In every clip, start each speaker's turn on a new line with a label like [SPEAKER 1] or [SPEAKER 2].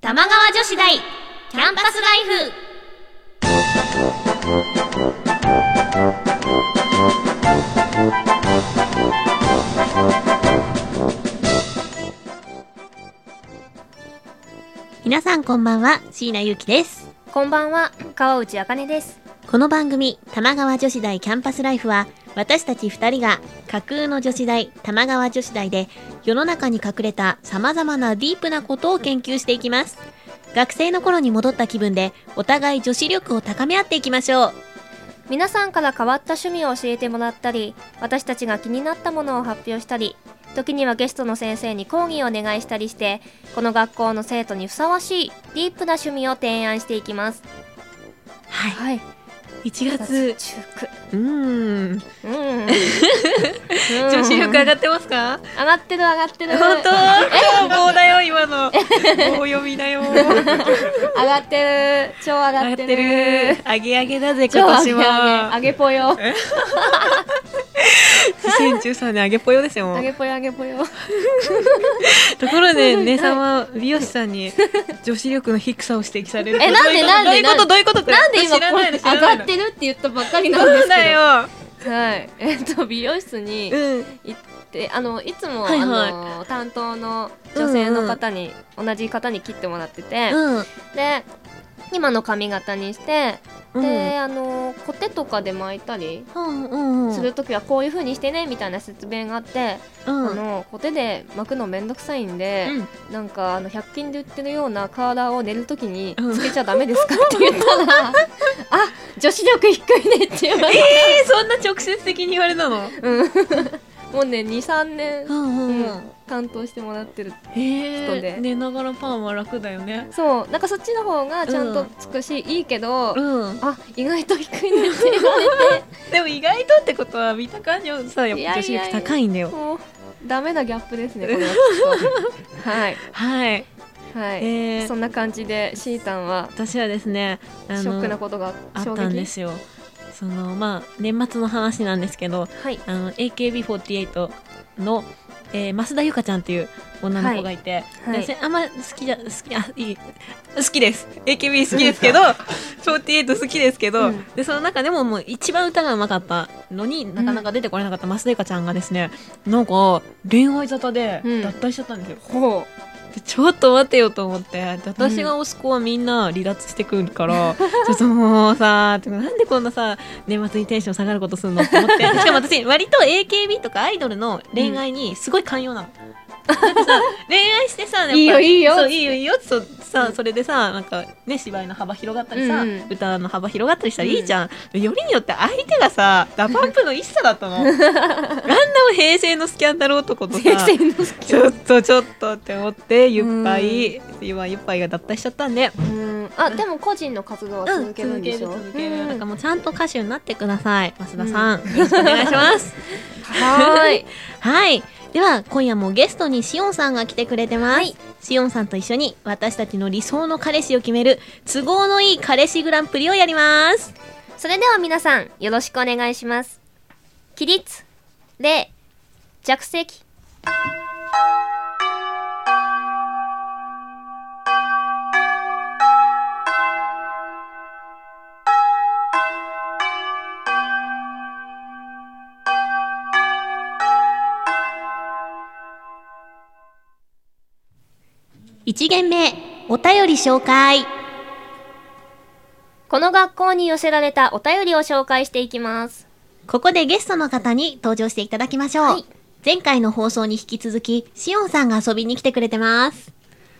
[SPEAKER 1] 玉川女子大キャンパスライフ皆さんこんばんは椎名ゆうきです
[SPEAKER 2] こんばんは、川内あかねです。
[SPEAKER 1] この番組「玉川女子大キャンパスライフは」私たち2人が架空の女子大玉川女子大で世の中に隠れたさまざまなディープなことを研究していきます学生の頃に戻った気分でお互い女子力を高め合っていきましょう
[SPEAKER 2] 皆さんから変わった趣味を教えてもらったり、私たちが気になったものを発表したり、時にはゲストの先生に講義をお願いしたりして、この学校の生徒にふさわしいディープな趣味を提案していきます。
[SPEAKER 1] はい
[SPEAKER 2] はい。
[SPEAKER 1] 1
[SPEAKER 2] 中
[SPEAKER 1] 月うーん
[SPEAKER 2] うん。うん
[SPEAKER 1] 女子力上がってますか
[SPEAKER 2] 上がってる上がって る。
[SPEAKER 1] 本当棒だよ今の棒読みだ よ
[SPEAKER 2] 上がってる。超
[SPEAKER 1] 上
[SPEAKER 2] 上が
[SPEAKER 1] が
[SPEAKER 2] っ
[SPEAKER 1] って
[SPEAKER 2] て
[SPEAKER 1] る
[SPEAKER 2] る。
[SPEAKER 1] 上げ上げだぜ
[SPEAKER 2] 超
[SPEAKER 1] 今
[SPEAKER 2] 上
[SPEAKER 1] 年
[SPEAKER 2] げ上げ。
[SPEAKER 1] は
[SPEAKER 2] 上げぽよ。
[SPEAKER 1] 2013年上げぽよですよ
[SPEAKER 2] 上げぽよ上げぽよ。
[SPEAKER 3] ところで姉さんは美容師さん に女子力の低さを指摘される
[SPEAKER 2] えなんでなんでなんで
[SPEAKER 3] どういうことどういうこと
[SPEAKER 2] なんで今
[SPEAKER 3] 知らないの知ら
[SPEAKER 2] 上
[SPEAKER 3] ない
[SPEAKER 2] が
[SPEAKER 3] の
[SPEAKER 2] ってるって言ったばっかりなんです
[SPEAKER 3] そうだ
[SPEAKER 2] け
[SPEAKER 3] よ
[SPEAKER 2] ど。はい。 えっと美容室に。
[SPEAKER 3] うん
[SPEAKER 2] 行ってあのいつも、
[SPEAKER 1] はいはい
[SPEAKER 2] あの担当の女性の方に、同じ方に切ってもらってて、
[SPEAKER 1] うん
[SPEAKER 2] で今の髪型にして、
[SPEAKER 1] うん
[SPEAKER 2] であのコテとかで巻いたり
[SPEAKER 1] うんうんうん
[SPEAKER 2] する時はこういう風にしてねみたいな説明があって、
[SPEAKER 1] うん
[SPEAKER 2] あのコテで巻くのめんどくさいんで、なんかあの100均で売ってるようなカーラーを寝る時に
[SPEAKER 3] うん
[SPEAKER 2] つけちゃダメですかって言った らあ女子力低いねって言われて、
[SPEAKER 3] えそんな直接的に言われたの
[SPEAKER 2] うんもうね23年
[SPEAKER 1] う、んうんう
[SPEAKER 2] うんん担当してもらってる
[SPEAKER 3] え
[SPEAKER 2] 人で
[SPEAKER 3] ー、寝ながらパンは楽だよね
[SPEAKER 2] そうなんかそっちの方がちゃんとつくし、いいけど、
[SPEAKER 1] うん
[SPEAKER 2] あ意外と低いねって言われ
[SPEAKER 3] でも意外とってことは見た感じはさやっ
[SPEAKER 2] いやい
[SPEAKER 3] ぱ
[SPEAKER 2] や
[SPEAKER 3] 女子力高いんだよ
[SPEAKER 2] てもうダメなギャップですねこれはきっとはい
[SPEAKER 3] はい
[SPEAKER 2] は
[SPEAKER 3] え
[SPEAKER 2] い、
[SPEAKER 3] ー
[SPEAKER 2] そんな感じでシータンは
[SPEAKER 3] 私はですね
[SPEAKER 2] シ
[SPEAKER 3] あ
[SPEAKER 2] ョックな
[SPEAKER 3] の
[SPEAKER 2] ことが
[SPEAKER 3] あ
[SPEAKER 2] 衝
[SPEAKER 3] っ
[SPEAKER 2] 撃
[SPEAKER 3] たんですよそのまあ年末の話なんですけど
[SPEAKER 2] はい
[SPEAKER 3] あの AKB48 の、えー、増田ゆかちゃんっていう女の子がいて、
[SPEAKER 2] はいはい
[SPEAKER 3] であんま好きじゃ好きあいい好きです AKB 好きです けど48好きですけど、
[SPEAKER 2] うん
[SPEAKER 3] でその中でももう一番歌がうまかったのになかなか出てこれなかった増田ゆかちゃんがですねなんか恋愛沙汰で
[SPEAKER 2] うん
[SPEAKER 3] 脱退しちゃったんですよ、
[SPEAKER 2] ほ
[SPEAKER 3] でちょっと待てよと思ってで私が推す子はみんな離脱してくる から、ちょっともうさてかなんでこんなさ年末にテンション下がることするのと思 ってしかも私割と AKB とかアイドルの恋愛にすごい寛容 なの。だってさ恋愛してさやっぱ
[SPEAKER 2] ういいよいいよ
[SPEAKER 3] そういいよいいよそうさそれでさなんかね芝居の幅広がったりさ、
[SPEAKER 2] うんうん
[SPEAKER 3] 歌の幅広がったりしたらいいじゃん、よりによって相手がさダパンプの一茶だった のあんなも平成のスキャンダル男とさ
[SPEAKER 2] 平成の好
[SPEAKER 3] ちょっとちょっとって思ってゆっぱい今ゆっぱいが脱退しちゃったんで
[SPEAKER 2] きうんあでも個人の活動は続けるんでしょ、
[SPEAKER 3] 続ける続ける
[SPEAKER 2] うん
[SPEAKER 3] なんかもうちゃんと歌手になってください増田さん、よろしくお願いします
[SPEAKER 2] はーい
[SPEAKER 1] はいでは今夜もゲストにしおんさんが来てくれてます、しおんさんと一緒に私たちの理想の彼氏を決める都合のいい彼氏グランプリをやります
[SPEAKER 2] それでは皆さんよろしくお願いします起立礼着席
[SPEAKER 1] 1限目お便り紹介
[SPEAKER 2] この学校に寄せられたお便りを紹介していきます
[SPEAKER 1] ここでゲストの方に登場していただきましょう、
[SPEAKER 2] はい
[SPEAKER 1] 前回の放送に引き続きしおんさんが遊びに来てくれてます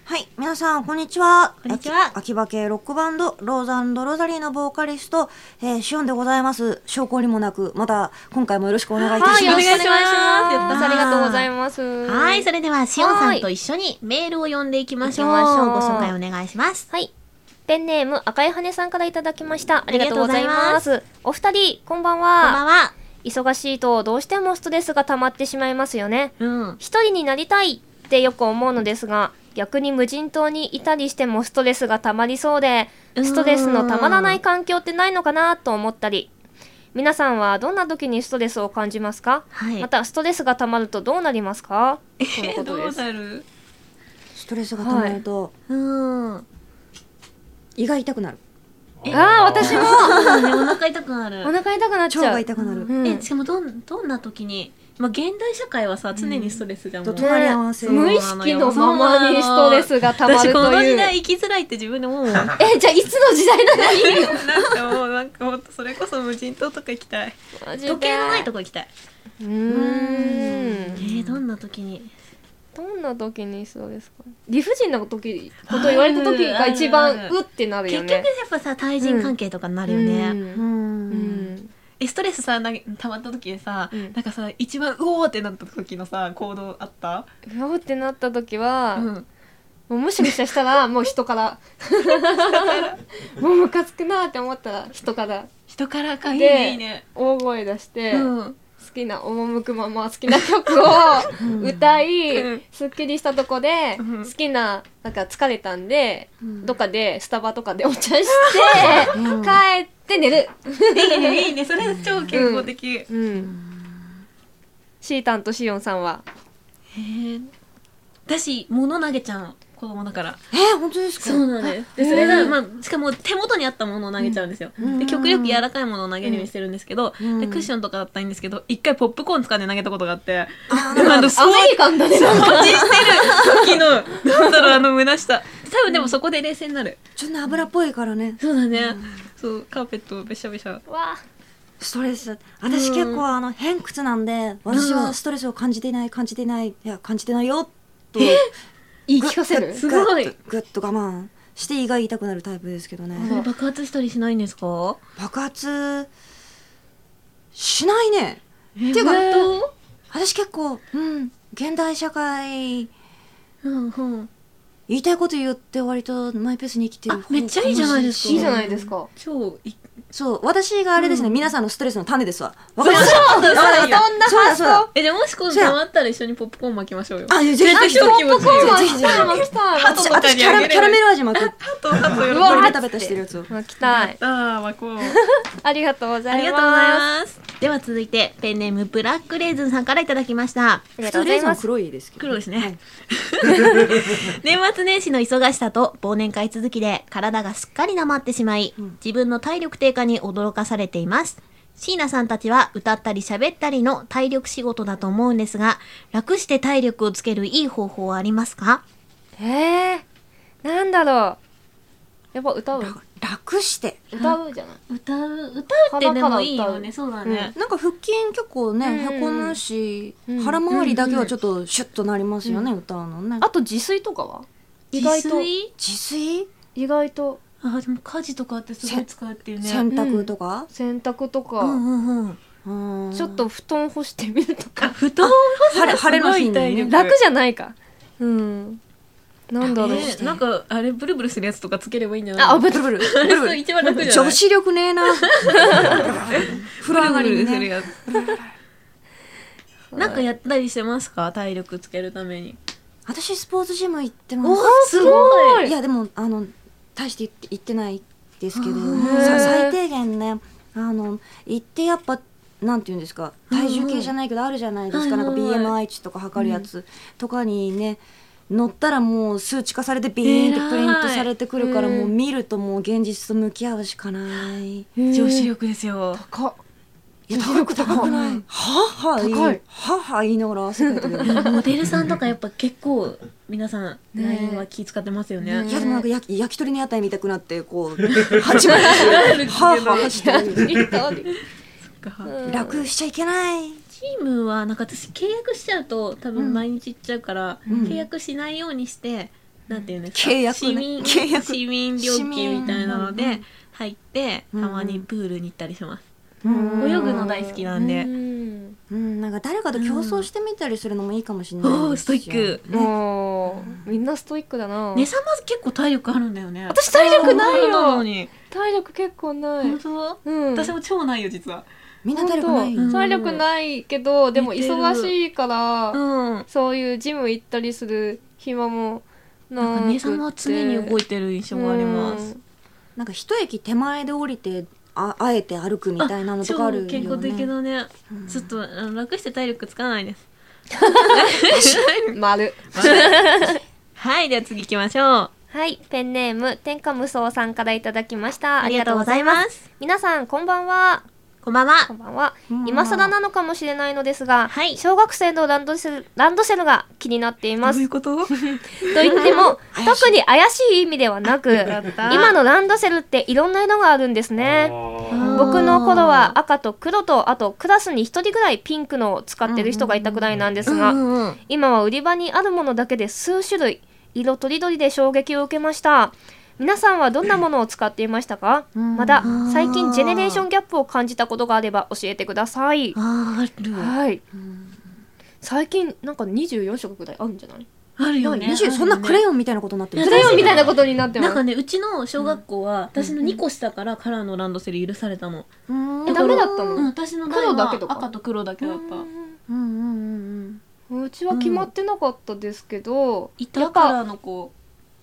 [SPEAKER 4] はい、皆さん、こんにちは。
[SPEAKER 1] こんにちは
[SPEAKER 4] 秋秋葉系ロックバンド、ローザンド・ロザリーのボーカリスト、えー、シオンでございます。証拠にもなく、また、今回もよろしくお願いいた
[SPEAKER 2] はい、
[SPEAKER 4] し
[SPEAKER 2] よ
[SPEAKER 4] ま
[SPEAKER 2] ろ
[SPEAKER 4] す。
[SPEAKER 2] しくお願いします。
[SPEAKER 1] やったー
[SPEAKER 2] ありがとうございます。
[SPEAKER 1] はいそれではしおんさんと一緒にメールを読んでいきましょうご紹介お願いします
[SPEAKER 2] はい。ペンネーム赤い羽さんからいただきました。ありがとうございます。お二人、こんばんは。
[SPEAKER 1] こんばんは
[SPEAKER 2] 忙しいとどうしてもストレスが溜まってしまいますよね。
[SPEAKER 1] うん
[SPEAKER 2] 一人になりたいってよく思うのですが、逆に無人島にいたりしてもストレスが溜まりそうで、ストレスの溜まらない環境ってないのかなと思ったり。皆さんはどんな時にストレスを感じますか、
[SPEAKER 1] はい
[SPEAKER 2] またストレスが溜まるとどうなりますかとのことです
[SPEAKER 3] なる
[SPEAKER 4] ストレスが溜まると、
[SPEAKER 5] うん。
[SPEAKER 4] 胃が痛くなる
[SPEAKER 2] あー私も
[SPEAKER 1] そうねお腹痛くなる
[SPEAKER 2] お腹痛くなっちゃう
[SPEAKER 4] 腸が痛くなる
[SPEAKER 2] うん
[SPEAKER 1] えしかもどんどんな時に、まあ、現代社会はさ常にストレスじゃん、
[SPEAKER 4] うん
[SPEAKER 1] もう
[SPEAKER 4] ど隣り合わせ
[SPEAKER 2] ね無意識のままにストレスが溜ま
[SPEAKER 1] 私
[SPEAKER 2] る
[SPEAKER 1] ことの
[SPEAKER 2] い
[SPEAKER 1] 時
[SPEAKER 2] う
[SPEAKER 1] 代生きづらいって自分で思うもんなんか
[SPEAKER 2] えじゃあいつの時代なのに
[SPEAKER 1] もうなんかもっとそれこそ無人島とか行きたい 時計のないとこ行きたいう
[SPEAKER 2] ー
[SPEAKER 1] え
[SPEAKER 2] ん
[SPEAKER 1] ー、どんな時に
[SPEAKER 2] どんな時にそうですか理不尽な時こと言われた時が一
[SPEAKER 1] あるあ
[SPEAKER 2] 番
[SPEAKER 1] る
[SPEAKER 2] うってなるよ
[SPEAKER 1] 結
[SPEAKER 2] ね
[SPEAKER 1] 局やっぱさ対人関係とかになるよね、
[SPEAKER 2] うん
[SPEAKER 4] ん
[SPEAKER 2] うん
[SPEAKER 1] えストレスさな溜まった時でさ、
[SPEAKER 2] うん
[SPEAKER 1] なんかさ一番うおーってなった時のさ行動あった、
[SPEAKER 2] うわーってなった時は、
[SPEAKER 1] うん、
[SPEAKER 2] もうむしゃむしゃしたらもう人から もうムカつくなーって思ったら人から
[SPEAKER 1] 人からかいい
[SPEAKER 2] で
[SPEAKER 1] ねいいね、
[SPEAKER 2] 大声出して、
[SPEAKER 1] うん、
[SPEAKER 2] 好きな赴くまま好きな曲を歌い、
[SPEAKER 1] うん
[SPEAKER 2] すっきりしたとこで、
[SPEAKER 1] うん
[SPEAKER 2] 好きななんか疲れたんで、
[SPEAKER 4] ん
[SPEAKER 2] どっかでスタバとかでお茶して、
[SPEAKER 4] うん
[SPEAKER 2] 帰って寝る、
[SPEAKER 1] いいねいいねそれ超健康的、へ
[SPEAKER 2] うん、シータンとシオンさんは
[SPEAKER 1] え私物投げちゃう子供だから
[SPEAKER 4] えー本当ですか
[SPEAKER 1] そうなんですでそれが、まあ、しかも手元にあったものを投げちゃうんですよ、
[SPEAKER 4] うん
[SPEAKER 1] で極力柔らかいものを投げるようにしてるんですけど、
[SPEAKER 4] うん
[SPEAKER 1] でクッションとかだったらいいんですけど一回ポップコーン掴んで投げたことがあって、
[SPEAKER 4] あ
[SPEAKER 1] でもあの
[SPEAKER 2] ア
[SPEAKER 1] そう
[SPEAKER 2] メリカンだねなんか
[SPEAKER 1] 落ちしてる時 のなんだろうあの胸下多分でもそこで冷静になる、
[SPEAKER 4] ちょっと油っぽいからね
[SPEAKER 1] そうだね、そうカーペットをべしゃべしゃ
[SPEAKER 2] わ
[SPEAKER 4] ストレスだ私結構あの偏屈なんで私はストレスを感じていない感じていないいや感じてないよと
[SPEAKER 2] 言い聞かせる
[SPEAKER 1] すごい
[SPEAKER 4] ぐっとぐっと我慢して胃が痛くなるタイプですけどね
[SPEAKER 1] それ爆発したりしないんですか
[SPEAKER 4] 爆発しないね
[SPEAKER 1] えー
[SPEAKER 4] てか
[SPEAKER 1] 本
[SPEAKER 4] 私結構うん現代社会
[SPEAKER 1] 当うんうん
[SPEAKER 4] 言いたいこと言って割とマイペースに生きてる
[SPEAKER 1] あめっちゃいいじゃないですか
[SPEAKER 2] いいじゃないいですか
[SPEAKER 1] 超い
[SPEAKER 4] そう私があれですね、皆さんのストレスの種ですわわ
[SPEAKER 1] そ
[SPEAKER 4] か
[SPEAKER 1] う
[SPEAKER 4] りました
[SPEAKER 1] そうそう
[SPEAKER 2] そんな
[SPEAKER 4] そうだ
[SPEAKER 2] 発
[SPEAKER 4] そうだ
[SPEAKER 2] 想
[SPEAKER 1] えじゃあもし今度溜まったら一緒にポップコーン巻きましょうよ
[SPEAKER 4] あいやぜひ
[SPEAKER 1] 絶対超気持ちいい
[SPEAKER 2] ポップコーンは
[SPEAKER 4] ぜひぜひ
[SPEAKER 2] 来たいもん来たい
[SPEAKER 1] あと
[SPEAKER 4] 私私キャラキャラメル味巻く
[SPEAKER 1] ハトハトよ
[SPEAKER 2] う
[SPEAKER 1] ろ
[SPEAKER 2] わ
[SPEAKER 4] ベタベタしてるやつを
[SPEAKER 2] もう来たい
[SPEAKER 1] ああ巻こう
[SPEAKER 2] ありがとうござ
[SPEAKER 5] あ
[SPEAKER 2] い
[SPEAKER 5] りがとうござい
[SPEAKER 2] ます
[SPEAKER 5] ます。では続いて、ペンネームブラックレーズンさんからいただきました。
[SPEAKER 2] ありが
[SPEAKER 4] 普
[SPEAKER 2] とうご
[SPEAKER 4] 通
[SPEAKER 2] ざ
[SPEAKER 4] レー
[SPEAKER 2] い
[SPEAKER 4] ズンは
[SPEAKER 2] ます
[SPEAKER 4] 黒いですけど
[SPEAKER 1] 黒いですね
[SPEAKER 4] はい
[SPEAKER 5] 年末年始の忙しさと忘年会続きで体がすっかりなまってしまい、自分の体力低下に驚かされています。椎名さんたちは歌ったり喋ったりの体力仕事だと思うんですが、楽して体力をつけるいい方法はありますか
[SPEAKER 2] えー、なんだろうやっぱ歌う
[SPEAKER 4] 楽して
[SPEAKER 2] 歌うじゃない
[SPEAKER 1] 歌う歌うってでもいいよねそうだね、
[SPEAKER 4] なんか腹筋結構ね、
[SPEAKER 2] うん
[SPEAKER 4] へこむし、
[SPEAKER 2] うん
[SPEAKER 4] 腹周りだけはちょっとシュッとなりますよね、歌うのね
[SPEAKER 2] あと自炊とかは意
[SPEAKER 1] 自
[SPEAKER 2] 外
[SPEAKER 1] 炊
[SPEAKER 2] と
[SPEAKER 4] 自炊
[SPEAKER 2] 意外と
[SPEAKER 1] あでも家事とかってすごい使うっていうね
[SPEAKER 4] 洗濯とか、
[SPEAKER 2] 洗濯とか、
[SPEAKER 5] うんうんうん。
[SPEAKER 4] うん
[SPEAKER 2] ちょっと布団干してみると
[SPEAKER 1] あ
[SPEAKER 2] か
[SPEAKER 1] 布団
[SPEAKER 4] 晴れ晴れの日
[SPEAKER 1] す
[SPEAKER 4] に
[SPEAKER 1] ごい痛い
[SPEAKER 4] ね
[SPEAKER 1] ね
[SPEAKER 2] 楽じゃないかうんなんだろう、
[SPEAKER 1] えーなんかあれブルブルするやつとかつければいいんじゃない
[SPEAKER 2] あ、あぶ
[SPEAKER 4] ブ
[SPEAKER 2] っ
[SPEAKER 4] ルブルブ
[SPEAKER 1] あれ
[SPEAKER 4] ル
[SPEAKER 1] そ
[SPEAKER 4] ブ
[SPEAKER 1] う
[SPEAKER 4] ル
[SPEAKER 1] 一番楽じゃな
[SPEAKER 4] 女
[SPEAKER 1] い
[SPEAKER 4] 子力ねえな風呂上がりに
[SPEAKER 1] ブルブルする
[SPEAKER 4] ね
[SPEAKER 1] やつ なんかやったりしてますか体力つけるために
[SPEAKER 4] 私スポーツジム行ってます
[SPEAKER 1] すご
[SPEAKER 4] いやでもあの大して行ってないですけど
[SPEAKER 2] ー
[SPEAKER 4] さ最低限ねあの行ってやっぱなんていうんですか体重計じゃないけどあるじゃないですか、
[SPEAKER 1] はいはい
[SPEAKER 4] なんか BMI 値とか測るやつとかにね、乗ったらもう数値化されてビーンとプリントされてくるから
[SPEAKER 2] 偉い
[SPEAKER 4] もう見るともう現実と向き合うしかない。
[SPEAKER 1] 女子力ですよ
[SPEAKER 2] 高っ
[SPEAKER 4] いや高く高くない。はは言い
[SPEAKER 2] 高い
[SPEAKER 4] はは言いながら汗かいてる。
[SPEAKER 1] モデルさんとかやっぱ結構皆さん
[SPEAKER 2] ね
[SPEAKER 1] LINE は気使ってますよね
[SPEAKER 2] ね
[SPEAKER 4] いやでもなんか焼き焼き鳥の屋台見たくなってこう八枚ははしてる。
[SPEAKER 2] いい香りうん
[SPEAKER 4] 楽しちゃいけない。
[SPEAKER 1] チームはなんか私契約しちゃうと多分毎日行っちゃうから、
[SPEAKER 4] ん
[SPEAKER 1] 契約しないようにして、なんていうんですか
[SPEAKER 4] 契約ね
[SPEAKER 1] 市民
[SPEAKER 4] 契約
[SPEAKER 1] 市民料金みたいなの
[SPEAKER 4] 市民う
[SPEAKER 1] で入ってた
[SPEAKER 4] うん
[SPEAKER 1] まにプールに行ったりします、
[SPEAKER 4] うん
[SPEAKER 1] 泳ぐの大好きなんで、
[SPEAKER 2] うん
[SPEAKER 4] うん、なんか誰かと競争してみたりするのもいいかもしれないですよ、
[SPEAKER 1] おーストイック
[SPEAKER 2] もうみんなストイックだな、
[SPEAKER 1] ねさまず結構体力あるんだよね
[SPEAKER 2] 私体力ない
[SPEAKER 1] そうなの
[SPEAKER 2] よ
[SPEAKER 1] に
[SPEAKER 2] 体力結構ない、
[SPEAKER 1] 本当、
[SPEAKER 2] うん
[SPEAKER 1] 私も超ないよ実は
[SPEAKER 4] みんな体力ない
[SPEAKER 1] 本
[SPEAKER 2] 体力ないけどでも忙しいから、
[SPEAKER 1] うん
[SPEAKER 2] そういうジム行ったりする暇もな
[SPEAKER 1] なんか
[SPEAKER 2] く
[SPEAKER 1] ねさまは常に動
[SPEAKER 2] い
[SPEAKER 1] いてる印象があります、
[SPEAKER 4] なんか一駅手前で降りてああえて歩くみたいなのとかあるよ、
[SPEAKER 1] 超
[SPEAKER 4] ね、
[SPEAKER 1] 健康的だね、ちょっとあの 楽して体力つかないです
[SPEAKER 2] 丸
[SPEAKER 1] ははい、では次行きましょう。
[SPEAKER 2] はい、ペンネーム天下無双さんからいただきました。ありがとうございます。
[SPEAKER 1] ます。
[SPEAKER 2] 皆さんこんばんは。
[SPEAKER 1] こんばん
[SPEAKER 2] こ
[SPEAKER 1] は。
[SPEAKER 2] んばんは
[SPEAKER 4] うん。
[SPEAKER 2] 今更なのかもしれないのですが、
[SPEAKER 1] はい
[SPEAKER 2] 小学生のランドセルランドセルが気になっています。
[SPEAKER 1] うこと
[SPEAKER 2] と言っても特に怪しい意味ではなく
[SPEAKER 1] った
[SPEAKER 2] 今のランドセルっていろんな色があるんですね僕の頃は赤と黒とあとクラスに1人ぐらいピンクのを使ってる人がいたぐらいなんですが、
[SPEAKER 1] うん
[SPEAKER 2] 今は売り場にあるものだけで数種類色とりどりで衝撃を受けました皆さんはどんなものを使っていましたか、
[SPEAKER 4] ん
[SPEAKER 2] まだ最近ジェネレーションギャップを感じたことがあれば教えてください
[SPEAKER 1] あーある
[SPEAKER 2] はい最近なんか24色ぐらいあるんじゃない
[SPEAKER 1] あるよね
[SPEAKER 4] 二十そんなクレヨンみたいなことになってる
[SPEAKER 2] クレヨンみたいなことになってま
[SPEAKER 1] なん
[SPEAKER 2] す
[SPEAKER 1] かねうちの小学校は私の2個下からカラーのランドセル許されたの、
[SPEAKER 4] うん
[SPEAKER 2] えダメだった
[SPEAKER 1] う
[SPEAKER 2] の
[SPEAKER 1] ん、私の代
[SPEAKER 2] 黒だ
[SPEAKER 1] は
[SPEAKER 2] けとか
[SPEAKER 1] 赤と黒だけだった
[SPEAKER 4] うんうんうんうん
[SPEAKER 2] うんうちは決まってなかったですけど、
[SPEAKER 1] い
[SPEAKER 2] や
[SPEAKER 1] た
[SPEAKER 2] っ
[SPEAKER 1] カ
[SPEAKER 2] ぱ
[SPEAKER 1] ラーの子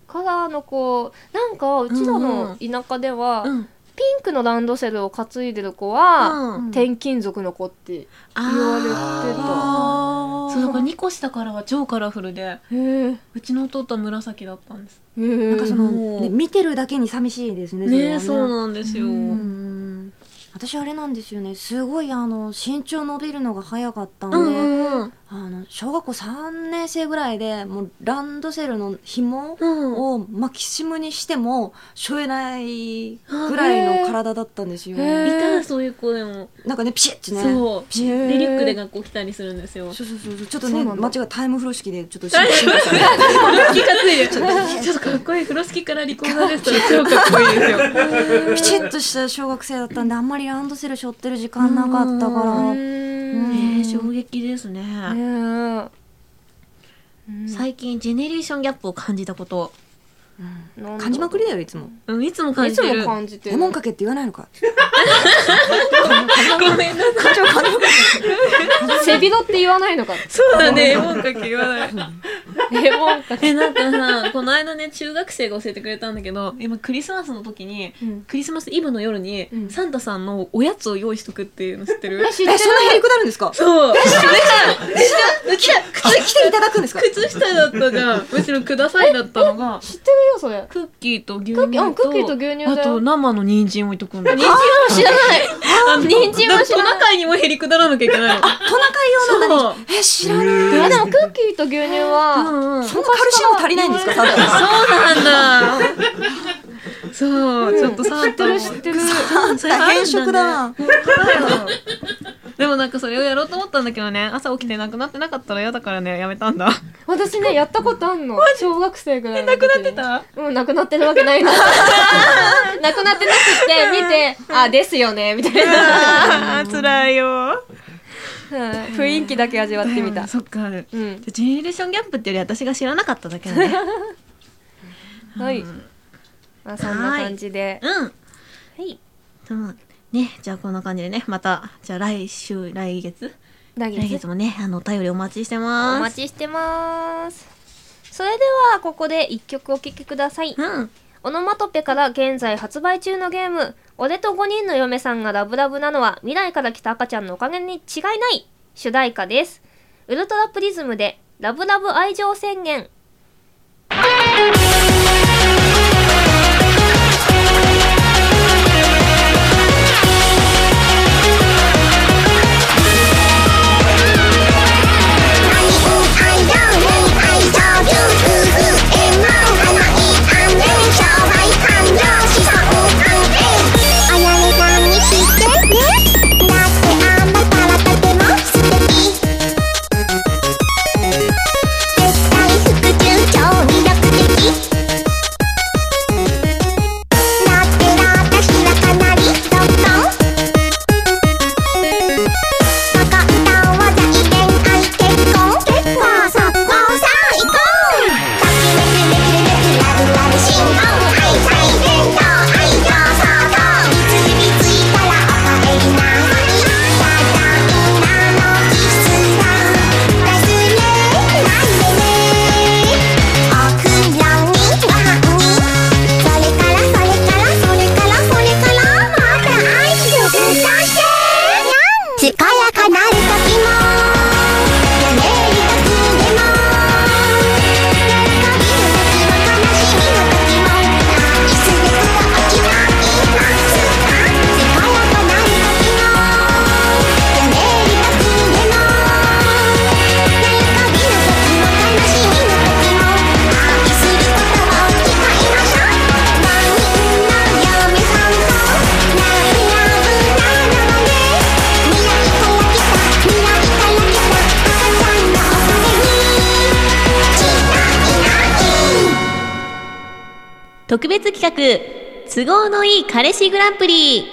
[SPEAKER 2] カラーの子なんかうちらの田舎では、
[SPEAKER 1] うん
[SPEAKER 2] ピンクのランドセルを担いでる子は、
[SPEAKER 1] うん
[SPEAKER 2] 転勤族の子って
[SPEAKER 1] 言
[SPEAKER 2] 言われて
[SPEAKER 4] あー
[SPEAKER 1] そうだから2個下からは超カラフルで
[SPEAKER 2] たへえ
[SPEAKER 1] うちの弟は紫だったんです
[SPEAKER 2] な
[SPEAKER 4] なんかそ
[SPEAKER 1] うんも
[SPEAKER 4] の、
[SPEAKER 1] う
[SPEAKER 4] ね、見てるだけに寂しいですね。
[SPEAKER 1] ねえ
[SPEAKER 4] そ
[SPEAKER 1] そ
[SPEAKER 4] れは
[SPEAKER 1] う
[SPEAKER 4] ね
[SPEAKER 1] なんですよ、
[SPEAKER 4] うん私あれなんですよね。すごいあの身長伸びるのが早かったんで、
[SPEAKER 1] うん
[SPEAKER 4] あの小学校三年生ぐらいでもうランドセルの紐
[SPEAKER 1] うん
[SPEAKER 4] をマキシムにしてもしょえないぐらいの体だったんですよ。
[SPEAKER 2] あへ
[SPEAKER 1] い
[SPEAKER 2] え
[SPEAKER 1] たそういう子でも、
[SPEAKER 4] なんかねピシッてね。
[SPEAKER 1] そう
[SPEAKER 4] ピシッ
[SPEAKER 2] へえ
[SPEAKER 1] でリュックで学校来たりするんですよ
[SPEAKER 4] そうそうそうそうちょっと
[SPEAKER 2] そ
[SPEAKER 4] ね
[SPEAKER 2] うなんだ
[SPEAKER 4] 間違いタイムフロー式でちょっと
[SPEAKER 1] 大丈夫ですね。風呂敷担いで ちょっとかっこいい風呂敷から離婚されてた ら超かっこいいですよ
[SPEAKER 4] ピチッとした小学生だったんであんまりランドセル背負ってる時間なかったか
[SPEAKER 2] う
[SPEAKER 4] ら。
[SPEAKER 2] んね
[SPEAKER 1] ねえ衝撃ですね、
[SPEAKER 2] え
[SPEAKER 1] 最近ジェネレーションギャップを感じたこと、
[SPEAKER 2] なんだ
[SPEAKER 4] 感じまくりだよいつも。
[SPEAKER 1] うん、いつも
[SPEAKER 2] い
[SPEAKER 1] 感じ
[SPEAKER 2] つ
[SPEAKER 1] てる
[SPEAKER 2] も感じて
[SPEAKER 4] レ
[SPEAKER 2] る
[SPEAKER 4] モンかけって言わないのか。
[SPEAKER 1] ごめんなさい
[SPEAKER 4] 感情感情
[SPEAKER 2] 背広って言わないのか
[SPEAKER 1] そうだね絵本書き言わない
[SPEAKER 2] レモンか け
[SPEAKER 1] えなんかさこの間ね中学生が教えてくれたんだけど今クリスマスの時に、
[SPEAKER 2] うん
[SPEAKER 1] クリスマスイブの夜に、
[SPEAKER 2] うん
[SPEAKER 1] サンタさんのおやつを用意しとくっていうの知ってる
[SPEAKER 2] え知って
[SPEAKER 4] え、
[SPEAKER 2] る
[SPEAKER 4] そんなへりくだるんですか
[SPEAKER 1] そうえ
[SPEAKER 4] 靴着ていただくんですか
[SPEAKER 1] 靴下だったじゃんむしろくださいだったのが
[SPEAKER 2] 知ってるよそれ
[SPEAKER 1] クッキーと牛
[SPEAKER 2] クッキーうん
[SPEAKER 1] 乳
[SPEAKER 2] ク
[SPEAKER 1] と
[SPEAKER 2] ッキーと牛乳だ
[SPEAKER 1] あ
[SPEAKER 2] よ
[SPEAKER 1] と生の人参置いとくんだ
[SPEAKER 2] 人参は知らない人参は知
[SPEAKER 1] ト
[SPEAKER 2] らない
[SPEAKER 1] ナカイにもへりくだらなきゃいけないの
[SPEAKER 4] トナカイ用なんだね。え、知らない。
[SPEAKER 2] えでもクッキーと牛乳は、
[SPEAKER 1] うんうん
[SPEAKER 4] そんなカルシウム足りないんですかサンタ
[SPEAKER 1] そうなんだ。そう、ちょっとサンタも。
[SPEAKER 2] 知ってる知ってる
[SPEAKER 1] それあるんだね
[SPEAKER 4] 変色だな。
[SPEAKER 1] でもなんかそれをやろうと思ったんだけどね、朝起きてなくなってなかったら嫌だからね、やめたんだ。
[SPEAKER 2] 私ねやったことあんの小学生ぐらいの
[SPEAKER 1] な
[SPEAKER 2] 時
[SPEAKER 1] く
[SPEAKER 2] に
[SPEAKER 1] なってた
[SPEAKER 2] うんなくなってるわけ ないななくなってなくて見てあですよねみたいな、
[SPEAKER 1] あー辛いよ。
[SPEAKER 2] うん雰囲気だけ味わってみた
[SPEAKER 1] そっか。じゃ
[SPEAKER 2] うん
[SPEAKER 1] あジェネレーションギャップっていうより私が知らなかっただけだね。
[SPEAKER 2] はい、まあ、そんな感じで
[SPEAKER 1] うん。
[SPEAKER 2] はい
[SPEAKER 1] そうね、じゃあこんな感じでね、また、じゃあ来週、来月来
[SPEAKER 2] 来月
[SPEAKER 1] 月もね、あの、お便りお待ちして
[SPEAKER 2] お
[SPEAKER 1] ます。
[SPEAKER 2] 待ちしてますそれではここで一曲お聴きください
[SPEAKER 1] うん。
[SPEAKER 2] オノマトペから現在発売中のゲーム「俺と5人の嫁さんがラブラブなのは未来から来た赤ちゃんのおかげに違いない」主題歌ですウルトラプリズムで「ラブラブ愛情宣言
[SPEAKER 6] 絶対服
[SPEAKER 1] 特別企画、都合のいい彼氏グランプリ。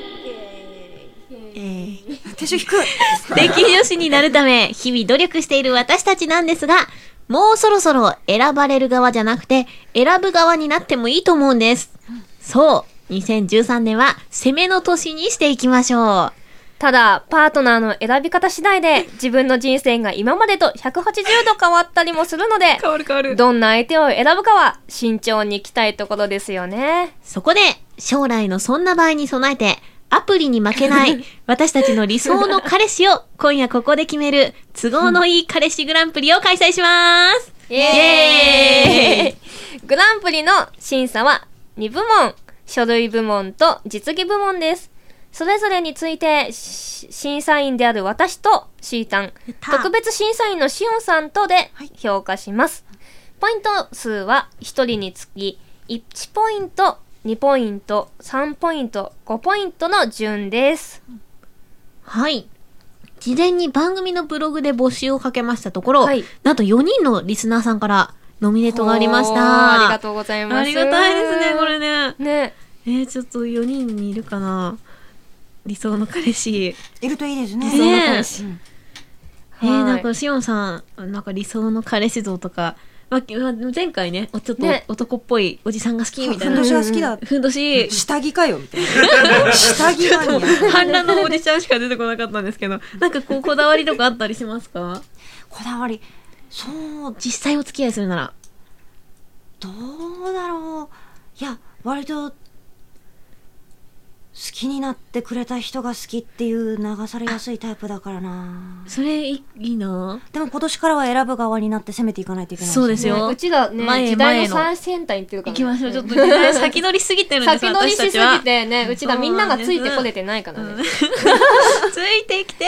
[SPEAKER 1] えー
[SPEAKER 4] テンション低い。
[SPEAKER 1] 素敵女子になるた め、日々努力している私たちなんですが、もうそろそろ選ばれる側じゃなくて、選ぶ側になってもいいと思うんです。そう、2013年は攻めの年にしていきましょう。
[SPEAKER 2] ただ、パートナーの選び方次第 で、自分の人生が今までと180度変わったりもするの で、
[SPEAKER 3] 変わる変わる
[SPEAKER 2] どんな相手を選ぶかは慎重にいきたいところですよね。
[SPEAKER 1] そこで、将来のそんな場合に備えて、アプリに負けない 私たちの理想の彼氏を今夜ここで決める都合のいい彼氏グランプリを開催します。
[SPEAKER 2] イエーイ グランプリの審査は2部門、書類部門と実技部門です。それぞれについて、し審査員である私とシータン、
[SPEAKER 1] た
[SPEAKER 2] 特別審査員のシオンさんとで評価します。ポイント数は1人につき1ポイント、2ポイント、3ポイント、5ポイントの順です。
[SPEAKER 1] はい。事前に番組のブログで募集をかけましたところ、
[SPEAKER 2] はい
[SPEAKER 1] なんと4人のリスナーさんからノミネートがありまし
[SPEAKER 2] おーあり
[SPEAKER 1] た。
[SPEAKER 2] がとうございます。
[SPEAKER 3] ありがたいですねこれね
[SPEAKER 2] ね。
[SPEAKER 3] えー、ちょっと4人にいるかな理想の彼氏
[SPEAKER 4] いるといいですね。
[SPEAKER 3] 理想の彼
[SPEAKER 4] 氏。
[SPEAKER 1] え
[SPEAKER 2] は
[SPEAKER 1] ー、
[SPEAKER 2] い
[SPEAKER 1] なんかしおんさん、なんか理想の彼氏像とか、まあ、きまあ前回ね、おちょっと
[SPEAKER 2] ね
[SPEAKER 1] 男っぽいおじさんが好きみたい
[SPEAKER 4] ふん
[SPEAKER 1] な
[SPEAKER 4] ど。しが好き だ。
[SPEAKER 1] ふんどし、
[SPEAKER 4] 下着かよみたいな。下着なんや。
[SPEAKER 3] 反乱のおじちゃんしか出てこなかったんですけどなんかこうこだわりとかあったりしますか
[SPEAKER 4] こだわり。そう、
[SPEAKER 1] 実際お付き合いするなら。
[SPEAKER 4] どうだろう。いや、割と。好きになってくれた人が好きっていう流されやすいタイプだからな。
[SPEAKER 1] それいいな
[SPEAKER 4] でも今年からは選ぶ側になって攻めていかないといけないですね。
[SPEAKER 1] そうですよ
[SPEAKER 2] ねうちらね、
[SPEAKER 1] 前へ
[SPEAKER 2] 時代
[SPEAKER 1] 前へ
[SPEAKER 2] の
[SPEAKER 1] の
[SPEAKER 2] 最先端行ってる
[SPEAKER 1] 行
[SPEAKER 2] から、ね。
[SPEAKER 1] きましょう。ちょっと時代 先取りすぎてるんです
[SPEAKER 2] 先取りしすぎ
[SPEAKER 3] 私たちは
[SPEAKER 2] てね、うちらみんながついてこれてないか らね。
[SPEAKER 3] ついてきて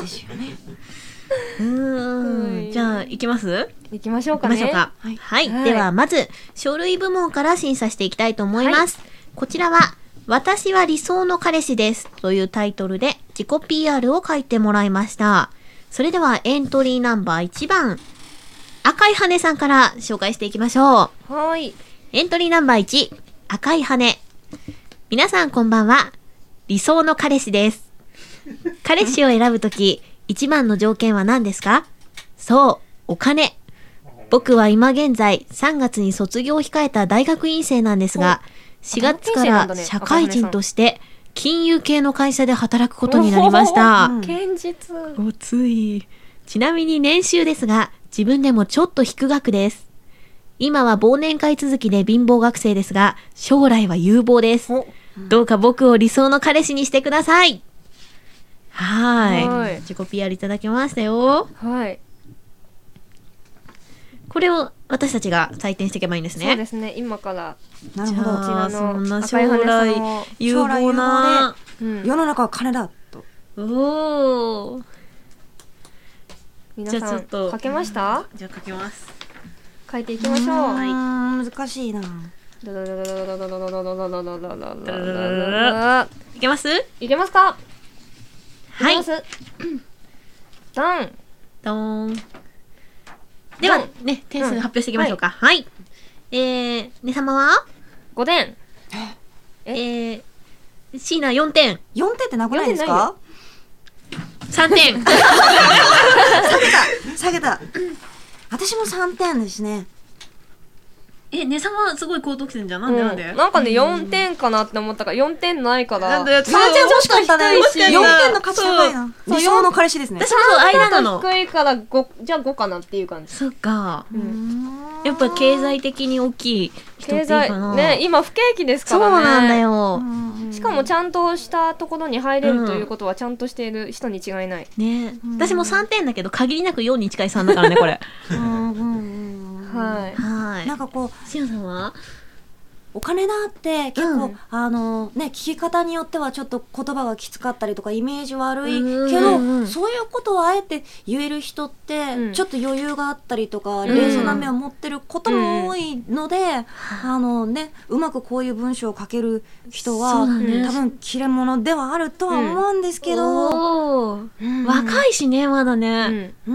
[SPEAKER 4] ですよね。
[SPEAKER 1] うーん。じゃあ、行きます
[SPEAKER 2] 行きましょう
[SPEAKER 1] 行き
[SPEAKER 2] か
[SPEAKER 1] ま
[SPEAKER 2] ね。
[SPEAKER 1] しょうか。
[SPEAKER 4] はい
[SPEAKER 1] はい。
[SPEAKER 2] はい
[SPEAKER 1] では、まず、書類部門から審査していきたいと思います。こちらは、私は理想の彼氏ですというタイトルで自己 PR を書いてもらいました。それでは、エントリーナンバー1番、赤い羽さんから紹介していきましょう。
[SPEAKER 2] はーい。
[SPEAKER 1] エントリーナンバー1、赤い羽。皆さんこんばんは。理想の彼氏です。彼氏を選ぶとき、一番の条件は何ですかそう、お金。僕は今現在、3月に卒業を控えた大学院生なんですが、4月か
[SPEAKER 2] 大学院生なんだ
[SPEAKER 1] ら
[SPEAKER 2] ね
[SPEAKER 1] 社会人として、金融系の会社で働くことになりまし
[SPEAKER 4] お
[SPEAKER 1] た
[SPEAKER 4] ー。
[SPEAKER 2] 堅実。
[SPEAKER 3] おつい
[SPEAKER 1] ちなみに年収ですが、自分でもちょっと低額です。今は忘年会続きで貧乏学生ですが、将来は有望です。どうか僕を理想の彼氏にしてください。はーい。
[SPEAKER 2] はい
[SPEAKER 1] 自己 PR いただきましたよ。
[SPEAKER 2] はい。
[SPEAKER 1] これを私たちが採点していけばいいんです
[SPEAKER 2] そう
[SPEAKER 1] ね。
[SPEAKER 2] ですね、今から。
[SPEAKER 4] なる
[SPEAKER 3] じ
[SPEAKER 4] ほど。
[SPEAKER 3] ゃあ
[SPEAKER 2] こちらの
[SPEAKER 3] そんな将
[SPEAKER 2] 赤い羽さん
[SPEAKER 3] 来
[SPEAKER 2] を
[SPEAKER 3] 有望な
[SPEAKER 2] うん。
[SPEAKER 4] 世の中は金だと。
[SPEAKER 1] おー。
[SPEAKER 2] 皆
[SPEAKER 3] じゃあ
[SPEAKER 2] さ
[SPEAKER 3] ちょ
[SPEAKER 2] ん、
[SPEAKER 3] っと
[SPEAKER 2] 書けました
[SPEAKER 3] じゃあ書きます
[SPEAKER 2] 書いていきましょう。
[SPEAKER 4] うーん難しいな。
[SPEAKER 2] ドドドドドドドドドドドドドドドドド
[SPEAKER 3] ドド
[SPEAKER 2] ド
[SPEAKER 3] いけます
[SPEAKER 2] いけますか
[SPEAKER 1] はい
[SPEAKER 2] いけます。ダン。
[SPEAKER 1] ドーン。ではね、点数発表していきましょうか。はい。えー、ね様は
[SPEAKER 2] 5点。
[SPEAKER 1] えー、シーナ4点。
[SPEAKER 4] 4点ってなくないですか
[SPEAKER 1] 3点。
[SPEAKER 4] 下げた。 私も3点ですね。
[SPEAKER 3] えねさますごい高得点じゃんなんでなんで、
[SPEAKER 2] うんなんかね、4点かなって思ったから、4点ないから。
[SPEAKER 3] なんだよ
[SPEAKER 4] 3点欲しかったね。
[SPEAKER 2] 欲しかった
[SPEAKER 4] 4点の価値高いな。
[SPEAKER 2] そう
[SPEAKER 4] 理想の彼氏ですね
[SPEAKER 1] 私。もそう、間なの。
[SPEAKER 2] 低いから5、じゃあ5かなっていう感じ。
[SPEAKER 1] そっか。
[SPEAKER 2] うん
[SPEAKER 1] やっぱ経済的に大きい人ってい
[SPEAKER 2] 経
[SPEAKER 1] いか
[SPEAKER 2] 済
[SPEAKER 1] な。、
[SPEAKER 2] ね、今不景気ですか
[SPEAKER 1] そう
[SPEAKER 2] らね。
[SPEAKER 1] なんだ。よ。
[SPEAKER 2] しかもちゃんとしたところに入れ
[SPEAKER 1] うん
[SPEAKER 2] るということはちゃんとしている人に違いない。
[SPEAKER 1] ね私も3点だけど、限りなく4に近い3だからね、これ。
[SPEAKER 4] うんうんうん
[SPEAKER 2] はい。
[SPEAKER 1] は
[SPEAKER 4] なんかこう
[SPEAKER 1] い。しおんさんは
[SPEAKER 4] お金だって結構、
[SPEAKER 2] うん
[SPEAKER 4] あのね聞き方によってはちょっと言葉がきつかったりとかイメージ悪い
[SPEAKER 1] うん
[SPEAKER 4] けど、
[SPEAKER 1] うん
[SPEAKER 4] そういうことをあえて言える人って、
[SPEAKER 2] うん
[SPEAKER 4] ちょっと余裕があったりとか、
[SPEAKER 2] ん
[SPEAKER 4] 冷静な目を持ってることも多いので、あのねうまくこういう文章を書ける人
[SPEAKER 1] そうだ
[SPEAKER 4] は、
[SPEAKER 1] ね
[SPEAKER 4] 多分切れ者ではあるとは思うんですけど、
[SPEAKER 1] おー
[SPEAKER 4] うん
[SPEAKER 1] 若いしね、まだね。
[SPEAKER 2] ん。
[SPEAKER 4] う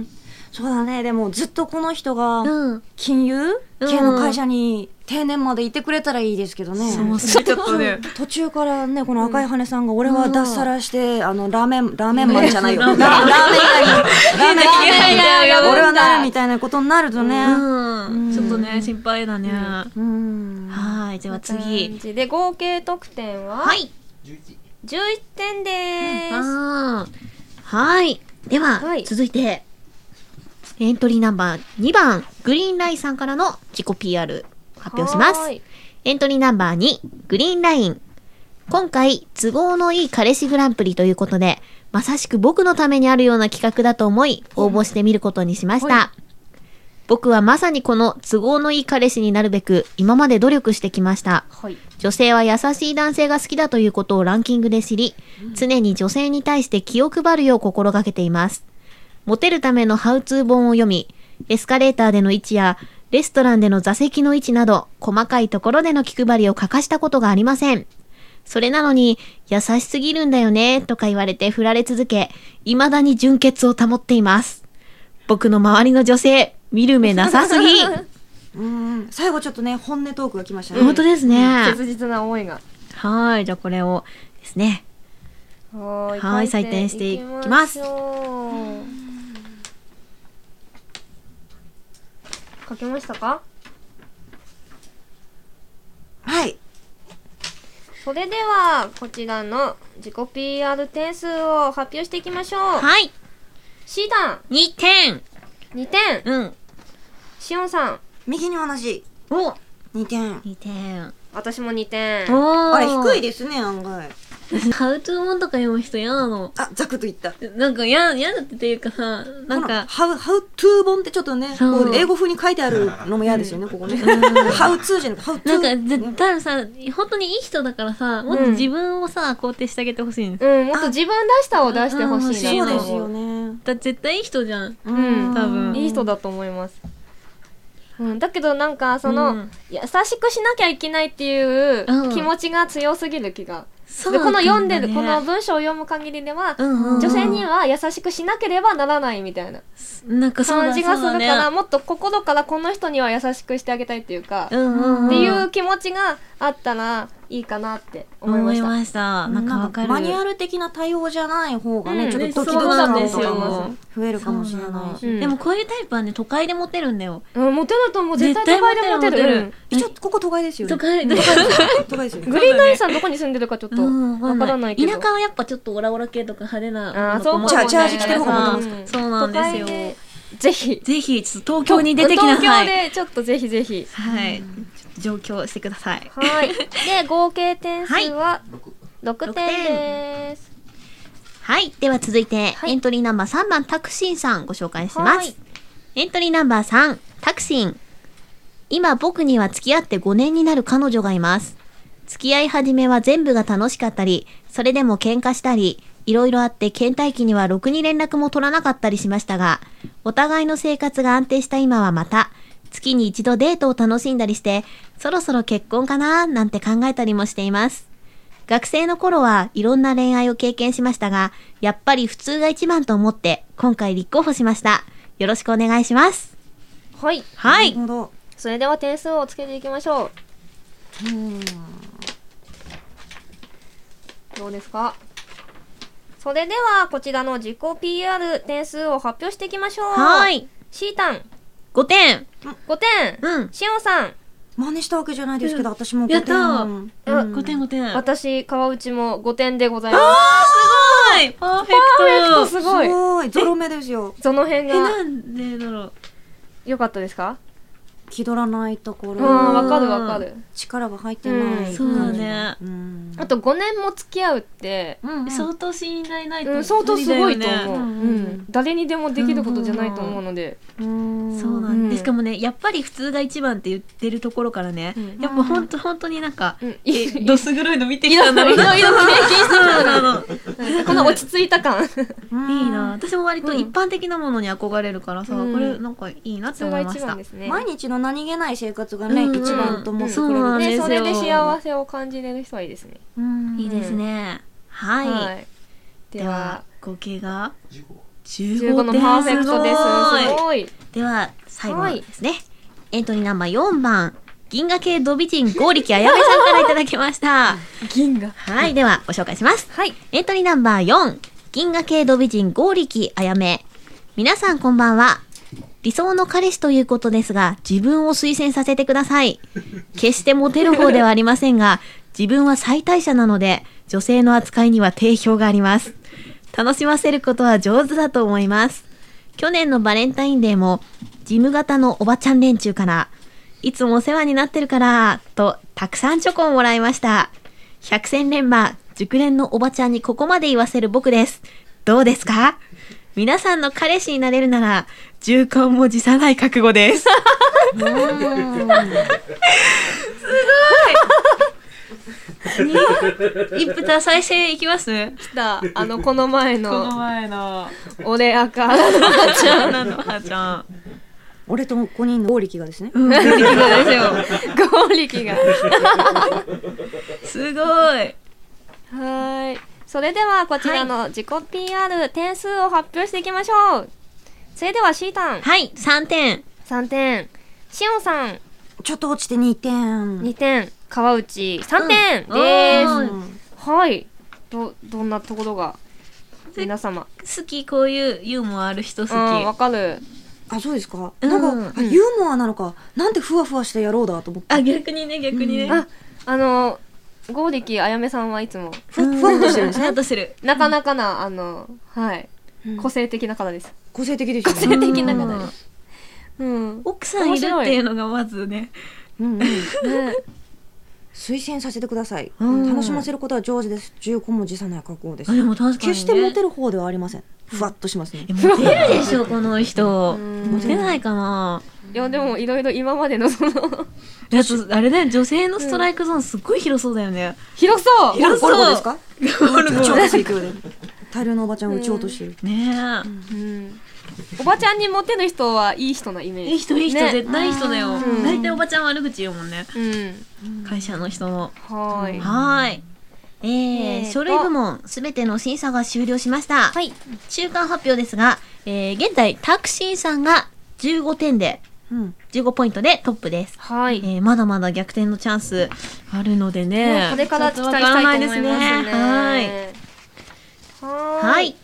[SPEAKER 4] んそうだねでもずっとこの人が
[SPEAKER 1] うん。
[SPEAKER 4] 金融系の会社に定年までいてくれたらいいですけどね、
[SPEAKER 3] そうそれちょっとね
[SPEAKER 4] 途中からねこの赤い羽根さんが俺は脱サラして、あのラーメンラーメンマンじゃないよ、ラーメンラーメンラーメン
[SPEAKER 3] いやいやいや
[SPEAKER 4] 俺はなるみたいなことになるとね、
[SPEAKER 3] うん、ちょっとね心配だね、
[SPEAKER 4] うん
[SPEAKER 1] はーい、では
[SPEAKER 2] 感
[SPEAKER 1] 次。
[SPEAKER 2] じで合計得点は、
[SPEAKER 1] はい。
[SPEAKER 2] 11点です、
[SPEAKER 1] あーはい。では、
[SPEAKER 2] はい
[SPEAKER 1] 続いて、エントリーナンバー2番、グリーンラインさんからの自己 PR 発表します
[SPEAKER 2] は。ーい
[SPEAKER 1] エントリーナンバー2、グリーンライン。今回、都合のいい彼氏グランプリということで、まさしく僕のためにあるような企画だと思い、応募してみることにしました。僕はまさにこの都合のいい彼氏になるべく、今まで努力してきました。
[SPEAKER 2] はい
[SPEAKER 1] 女性は優しい男性が好きだということをランキングで知り、常に女性に対して気を配るよう心がけています。モテるためのハウツー本を読み、エスカレーターでの位置や、レストランでの座席の位置など、細かいところでの気配りを欠かしたことがありません。それなのに、優しすぎるんだよね、とか言われて振られ続け、未だに純潔を保っています。僕の周りの女性、見る目なさすぎ。
[SPEAKER 4] うん最後ちょっとね本音トークが来ましたね、
[SPEAKER 1] 本当ですね。
[SPEAKER 2] 切実な思いが
[SPEAKER 1] はい、じゃあこれをですね、
[SPEAKER 2] はーい
[SPEAKER 1] はーい採点していきます
[SPEAKER 2] 書いていきましょう書けましたか
[SPEAKER 4] はい
[SPEAKER 2] それではこちらの自己 PR 点数を発表していきましょう
[SPEAKER 1] はい、
[SPEAKER 2] C 団
[SPEAKER 1] 2点。
[SPEAKER 2] 2点
[SPEAKER 1] うん。
[SPEAKER 2] しおんさん
[SPEAKER 4] 右に同じ
[SPEAKER 1] お
[SPEAKER 4] 2点
[SPEAKER 1] !2 点。
[SPEAKER 2] 私も2点
[SPEAKER 1] お
[SPEAKER 4] あれ低い
[SPEAKER 1] で。
[SPEAKER 4] ですね案外
[SPEAKER 3] 私ハウトゥー本とか読む人嫌なの
[SPEAKER 4] あザクッといった
[SPEAKER 3] なんか嫌嫌だっていうかさなん
[SPEAKER 4] この
[SPEAKER 3] か
[SPEAKER 4] ハウ、ハウトゥー本ってちょっとね、
[SPEAKER 3] そう
[SPEAKER 4] こう英語風に書いてあるのも嫌ですよね、ここね。ハウツーじゃなくハウト
[SPEAKER 3] な
[SPEAKER 4] ゥ
[SPEAKER 3] ん
[SPEAKER 4] ー。
[SPEAKER 3] か絶対さ本当にいい人だからさもっと自分をさ肯定してあげてほしいんです、
[SPEAKER 2] うんもっと自分らしさを出してほしいな
[SPEAKER 4] そ
[SPEAKER 2] と
[SPEAKER 4] う
[SPEAKER 2] 思
[SPEAKER 4] ですよね。
[SPEAKER 3] だって絶対いい人じゃん
[SPEAKER 4] う
[SPEAKER 2] うん
[SPEAKER 3] 多分
[SPEAKER 2] いい人だと思います。うん、だけどなんかその、
[SPEAKER 3] うん
[SPEAKER 2] 優しくしなきゃいけないっていう
[SPEAKER 3] うん
[SPEAKER 2] 気持ちが強すぎる気が、
[SPEAKER 3] そう
[SPEAKER 2] でこ
[SPEAKER 3] な
[SPEAKER 2] の
[SPEAKER 3] んだ
[SPEAKER 2] 読んでる、
[SPEAKER 3] ね
[SPEAKER 2] この文章を読む限りでは、
[SPEAKER 3] うんうん
[SPEAKER 2] 女性には優しくしなければならないみたいな
[SPEAKER 3] なんかそう
[SPEAKER 2] 感
[SPEAKER 3] だ
[SPEAKER 2] じがする
[SPEAKER 3] そ
[SPEAKER 2] か
[SPEAKER 3] うだね
[SPEAKER 2] ら、もっと心からこの人には優しくしてあげたいっていうか、
[SPEAKER 3] うんうんん
[SPEAKER 2] っていう気持ちがあったらいいかなって思いま
[SPEAKER 3] 思
[SPEAKER 2] し
[SPEAKER 3] い
[SPEAKER 2] た。
[SPEAKER 3] ましたなんか
[SPEAKER 4] な
[SPEAKER 3] わ
[SPEAKER 4] ん
[SPEAKER 3] か
[SPEAKER 4] か
[SPEAKER 3] る
[SPEAKER 4] マニュアル的な対応じゃない方がね、
[SPEAKER 2] うん
[SPEAKER 4] ちょっとドキドキ
[SPEAKER 3] そうなん
[SPEAKER 4] 感
[SPEAKER 3] です
[SPEAKER 4] と
[SPEAKER 3] よ
[SPEAKER 4] かも増えるかもしれないし。
[SPEAKER 2] うん
[SPEAKER 3] でもこういうタイプはね都会でモテるんだよ
[SPEAKER 2] うん、モテると思う。絶対都会でモテる。うん
[SPEAKER 4] 一応、ここ都会ですよね。
[SPEAKER 3] 都会
[SPEAKER 4] 都会ですよね都会ですよね。
[SPEAKER 2] グリーンダイさんどこに住んでるかちょっとわからないけど。
[SPEAKER 3] 田舎はやっぱちょっとオラオラ系とか派手な
[SPEAKER 2] あーそうかも
[SPEAKER 4] チャチャージ着てる方がモテ
[SPEAKER 2] ますか
[SPEAKER 3] そうなんですよ
[SPEAKER 2] 都会でぜひ
[SPEAKER 3] ぜひちょっと東京に出てきなさ
[SPEAKER 2] 東
[SPEAKER 3] い
[SPEAKER 2] 京でちょっとぜひぜひ
[SPEAKER 3] はいちょっと上京してください
[SPEAKER 2] はいで合計点数は6点です
[SPEAKER 1] はい。では続いて、
[SPEAKER 2] はい
[SPEAKER 1] エントリーナンバー3番、タクシンさんご紹介しま
[SPEAKER 2] は
[SPEAKER 1] す
[SPEAKER 2] い。
[SPEAKER 1] エントリーナンバー3、タクシン。今僕には付き合って5年になる彼女がいます。付き合い始めは全部が楽しかったり、それでも喧嘩したり、いろいろあって倦怠期にはろくに連絡も取らなかったりしましたが、お互いの生活が安定した今はまた、月に一度デートを楽しんだりして、そろそろ結婚かななんて考えたりもしています。学生の頃はいろんな恋愛を経験しましたが、やっぱり普通が一番と思って、今回立候補しました。よろしくお願いします。
[SPEAKER 2] はい
[SPEAKER 3] は
[SPEAKER 4] なるほど。
[SPEAKER 2] それでは点数をつけていきましょう
[SPEAKER 4] うん
[SPEAKER 2] どうですかそれではこちらの自己 PR 点数を発表していきましょう
[SPEAKER 1] はい。
[SPEAKER 2] シータン
[SPEAKER 3] 5点
[SPEAKER 2] 5点、
[SPEAKER 1] うん。
[SPEAKER 2] シオンさん
[SPEAKER 4] 真似したわけじゃないですけど、私も
[SPEAKER 3] や
[SPEAKER 4] 5
[SPEAKER 3] ったー
[SPEAKER 4] 点。
[SPEAKER 2] う
[SPEAKER 3] 5点5点す
[SPEAKER 2] 私川内も5点でございま
[SPEAKER 3] ごいパーフェクト
[SPEAKER 2] すす
[SPEAKER 4] す
[SPEAKER 2] ごい
[SPEAKER 4] ごい。ゾロ目ですよ。
[SPEAKER 2] その辺
[SPEAKER 3] え
[SPEAKER 2] が
[SPEAKER 3] なんでだろう
[SPEAKER 2] 良かったですか
[SPEAKER 4] 気取らないとこ
[SPEAKER 2] うんわ
[SPEAKER 4] ろ。
[SPEAKER 2] かるわかる
[SPEAKER 4] 力が入ってない感じが。
[SPEAKER 3] うんそうだね
[SPEAKER 4] うん
[SPEAKER 2] あと5年も付き合うって、
[SPEAKER 4] うんうん
[SPEAKER 3] 相当信頼ないと
[SPEAKER 2] うん、相当すごいと思う、
[SPEAKER 4] う
[SPEAKER 2] うんん誰にでもできることじゃないと思うので、
[SPEAKER 4] そ
[SPEAKER 3] そうな
[SPEAKER 2] うんん
[SPEAKER 3] ですしかもねやっぱり普通が一番って言ってるところからね
[SPEAKER 2] うん
[SPEAKER 3] やっぱほんと本当になんか
[SPEAKER 2] うんいい
[SPEAKER 3] どす黒いの見て
[SPEAKER 2] い
[SPEAKER 3] きた
[SPEAKER 2] ろ
[SPEAKER 3] ん
[SPEAKER 2] い
[SPEAKER 3] だろう
[SPEAKER 2] ろい
[SPEAKER 3] な
[SPEAKER 2] ろいろ経験してきた
[SPEAKER 3] あの
[SPEAKER 2] うんこの落ち着いた感
[SPEAKER 3] いいな私も割と
[SPEAKER 2] うん
[SPEAKER 3] 一般的なものに憧れるからさ、
[SPEAKER 2] うん
[SPEAKER 3] これなんかいいなって
[SPEAKER 2] それ
[SPEAKER 3] 思
[SPEAKER 2] が
[SPEAKER 3] いまし
[SPEAKER 2] 一
[SPEAKER 3] た
[SPEAKER 2] 番ですね
[SPEAKER 4] 毎日の何気ない生活が
[SPEAKER 3] う
[SPEAKER 4] ね、
[SPEAKER 3] んうん
[SPEAKER 4] 一番と思ってくれ
[SPEAKER 3] う
[SPEAKER 4] る、
[SPEAKER 3] んそうなん
[SPEAKER 2] ね
[SPEAKER 3] ですよ
[SPEAKER 2] それで幸せを感じれる人はいいですね
[SPEAKER 4] うん
[SPEAKER 3] いいですね、はい、
[SPEAKER 2] で
[SPEAKER 3] で
[SPEAKER 2] は
[SPEAKER 3] は合計が
[SPEAKER 2] 15 15
[SPEAKER 3] 15
[SPEAKER 2] のパーフェクトですすごい
[SPEAKER 1] では最後ですね、エントリーナンバー4番銀河系ド美人剛力彩芽さんからいただきました
[SPEAKER 2] 銀が
[SPEAKER 1] はいではご紹介します
[SPEAKER 2] はい
[SPEAKER 1] エントリーナンバー4、銀河系ド美人剛力あやめ。皆さんこんばんは。理想の彼氏ということですが、自分を推薦させてください。決してモテる方ではありません が、自分は最大者なので、女性の扱いには定評があります。楽しませることは上手だと思います。去年のバレンタインデーも、ジム型のおばちゃん連中から、いつもお世話になってるから、と、たくさんチョコをもらいました。百戦錬磨、熟練のおばちゃんにここまで言わせる僕です。どうですか皆さんの彼氏になれるなら、重婚も辞さない覚悟です。
[SPEAKER 3] 一夫多妻制いきます
[SPEAKER 2] 来たあのこの前
[SPEAKER 3] この
[SPEAKER 2] の
[SPEAKER 3] 前 の
[SPEAKER 2] 俺赤
[SPEAKER 3] はちゃんなのはちゃん
[SPEAKER 4] 俺と5人の剛力がですね、
[SPEAKER 2] 剛力が
[SPEAKER 3] すごい
[SPEAKER 2] はい。それではこちらの自己 PR 点数を発表していきましょう。それでは C ターン
[SPEAKER 1] はい、3点。
[SPEAKER 2] 3点、しおんさん
[SPEAKER 4] ちょっと落ちて2点
[SPEAKER 2] 2点、川内3点
[SPEAKER 3] うん
[SPEAKER 2] です。
[SPEAKER 4] うん
[SPEAKER 2] はい。ど、どんなところが皆様。
[SPEAKER 3] 好きこういうユーモアある人好き
[SPEAKER 2] うん、わかる。
[SPEAKER 4] あそうですか、
[SPEAKER 1] うん
[SPEAKER 4] なんかあユーモアなのかなんてふわふわしてやろうだと思って
[SPEAKER 3] あ逆にね逆にね、
[SPEAKER 2] あ、あの、剛力あやめさんはいつも、
[SPEAKER 4] ふふわっとしてるんです
[SPEAKER 3] ちゃ
[SPEAKER 4] ね
[SPEAKER 3] んとしてる
[SPEAKER 2] なかなかな、あの、はい、
[SPEAKER 4] うん
[SPEAKER 2] 個性的な方です。
[SPEAKER 4] 個性的でしょ個
[SPEAKER 2] 個性的な方です。うん。
[SPEAKER 3] 奥さんいるっていうのがまずね
[SPEAKER 4] うんうん
[SPEAKER 2] ね
[SPEAKER 4] 推薦させてください、
[SPEAKER 3] うん
[SPEAKER 4] 楽しませることは上手です15文字さない覚悟です、
[SPEAKER 3] あでも確かに、ね、
[SPEAKER 4] 決してモテる方ではありませんふわっとしますね、
[SPEAKER 3] えモテるでしょこの人
[SPEAKER 2] うん
[SPEAKER 3] モテないかない
[SPEAKER 2] や、でもいろいろ今までのその、
[SPEAKER 3] だとあれだよ女性のストライクゾーンすっごい広そうだよね、
[SPEAKER 2] 広そう
[SPEAKER 3] 広
[SPEAKER 4] ゴ
[SPEAKER 3] そう
[SPEAKER 4] ルゴですか
[SPEAKER 3] ゴルゴ
[SPEAKER 4] 超水強で大量のおばちゃんを撃ち落としてる、
[SPEAKER 3] ね
[SPEAKER 2] うんおばちゃんにモテる人はいい人なイメ
[SPEAKER 3] え
[SPEAKER 2] ージ
[SPEAKER 3] いい人いい人、
[SPEAKER 2] ね
[SPEAKER 3] 絶対いい人だよ
[SPEAKER 2] ん
[SPEAKER 3] 大体おばちゃん悪口言うもんね
[SPEAKER 2] うん
[SPEAKER 3] 会社の人の
[SPEAKER 2] はーい
[SPEAKER 1] はーい。えー
[SPEAKER 2] えーと
[SPEAKER 1] 書類部門すべての審査が終了しました。
[SPEAKER 2] はい
[SPEAKER 1] 中間発表ですが、えー現在タクシーさんが15点で、
[SPEAKER 4] うん、
[SPEAKER 1] 15ポイントでトップです。
[SPEAKER 2] はい
[SPEAKER 1] えーまだまだ逆転のチャンスあるのでね。
[SPEAKER 2] これから期待し
[SPEAKER 3] ちょっとわ
[SPEAKER 2] た
[SPEAKER 3] ら
[SPEAKER 2] いと
[SPEAKER 3] な
[SPEAKER 2] 思いますね
[SPEAKER 1] はい。
[SPEAKER 2] はーい
[SPEAKER 1] はい。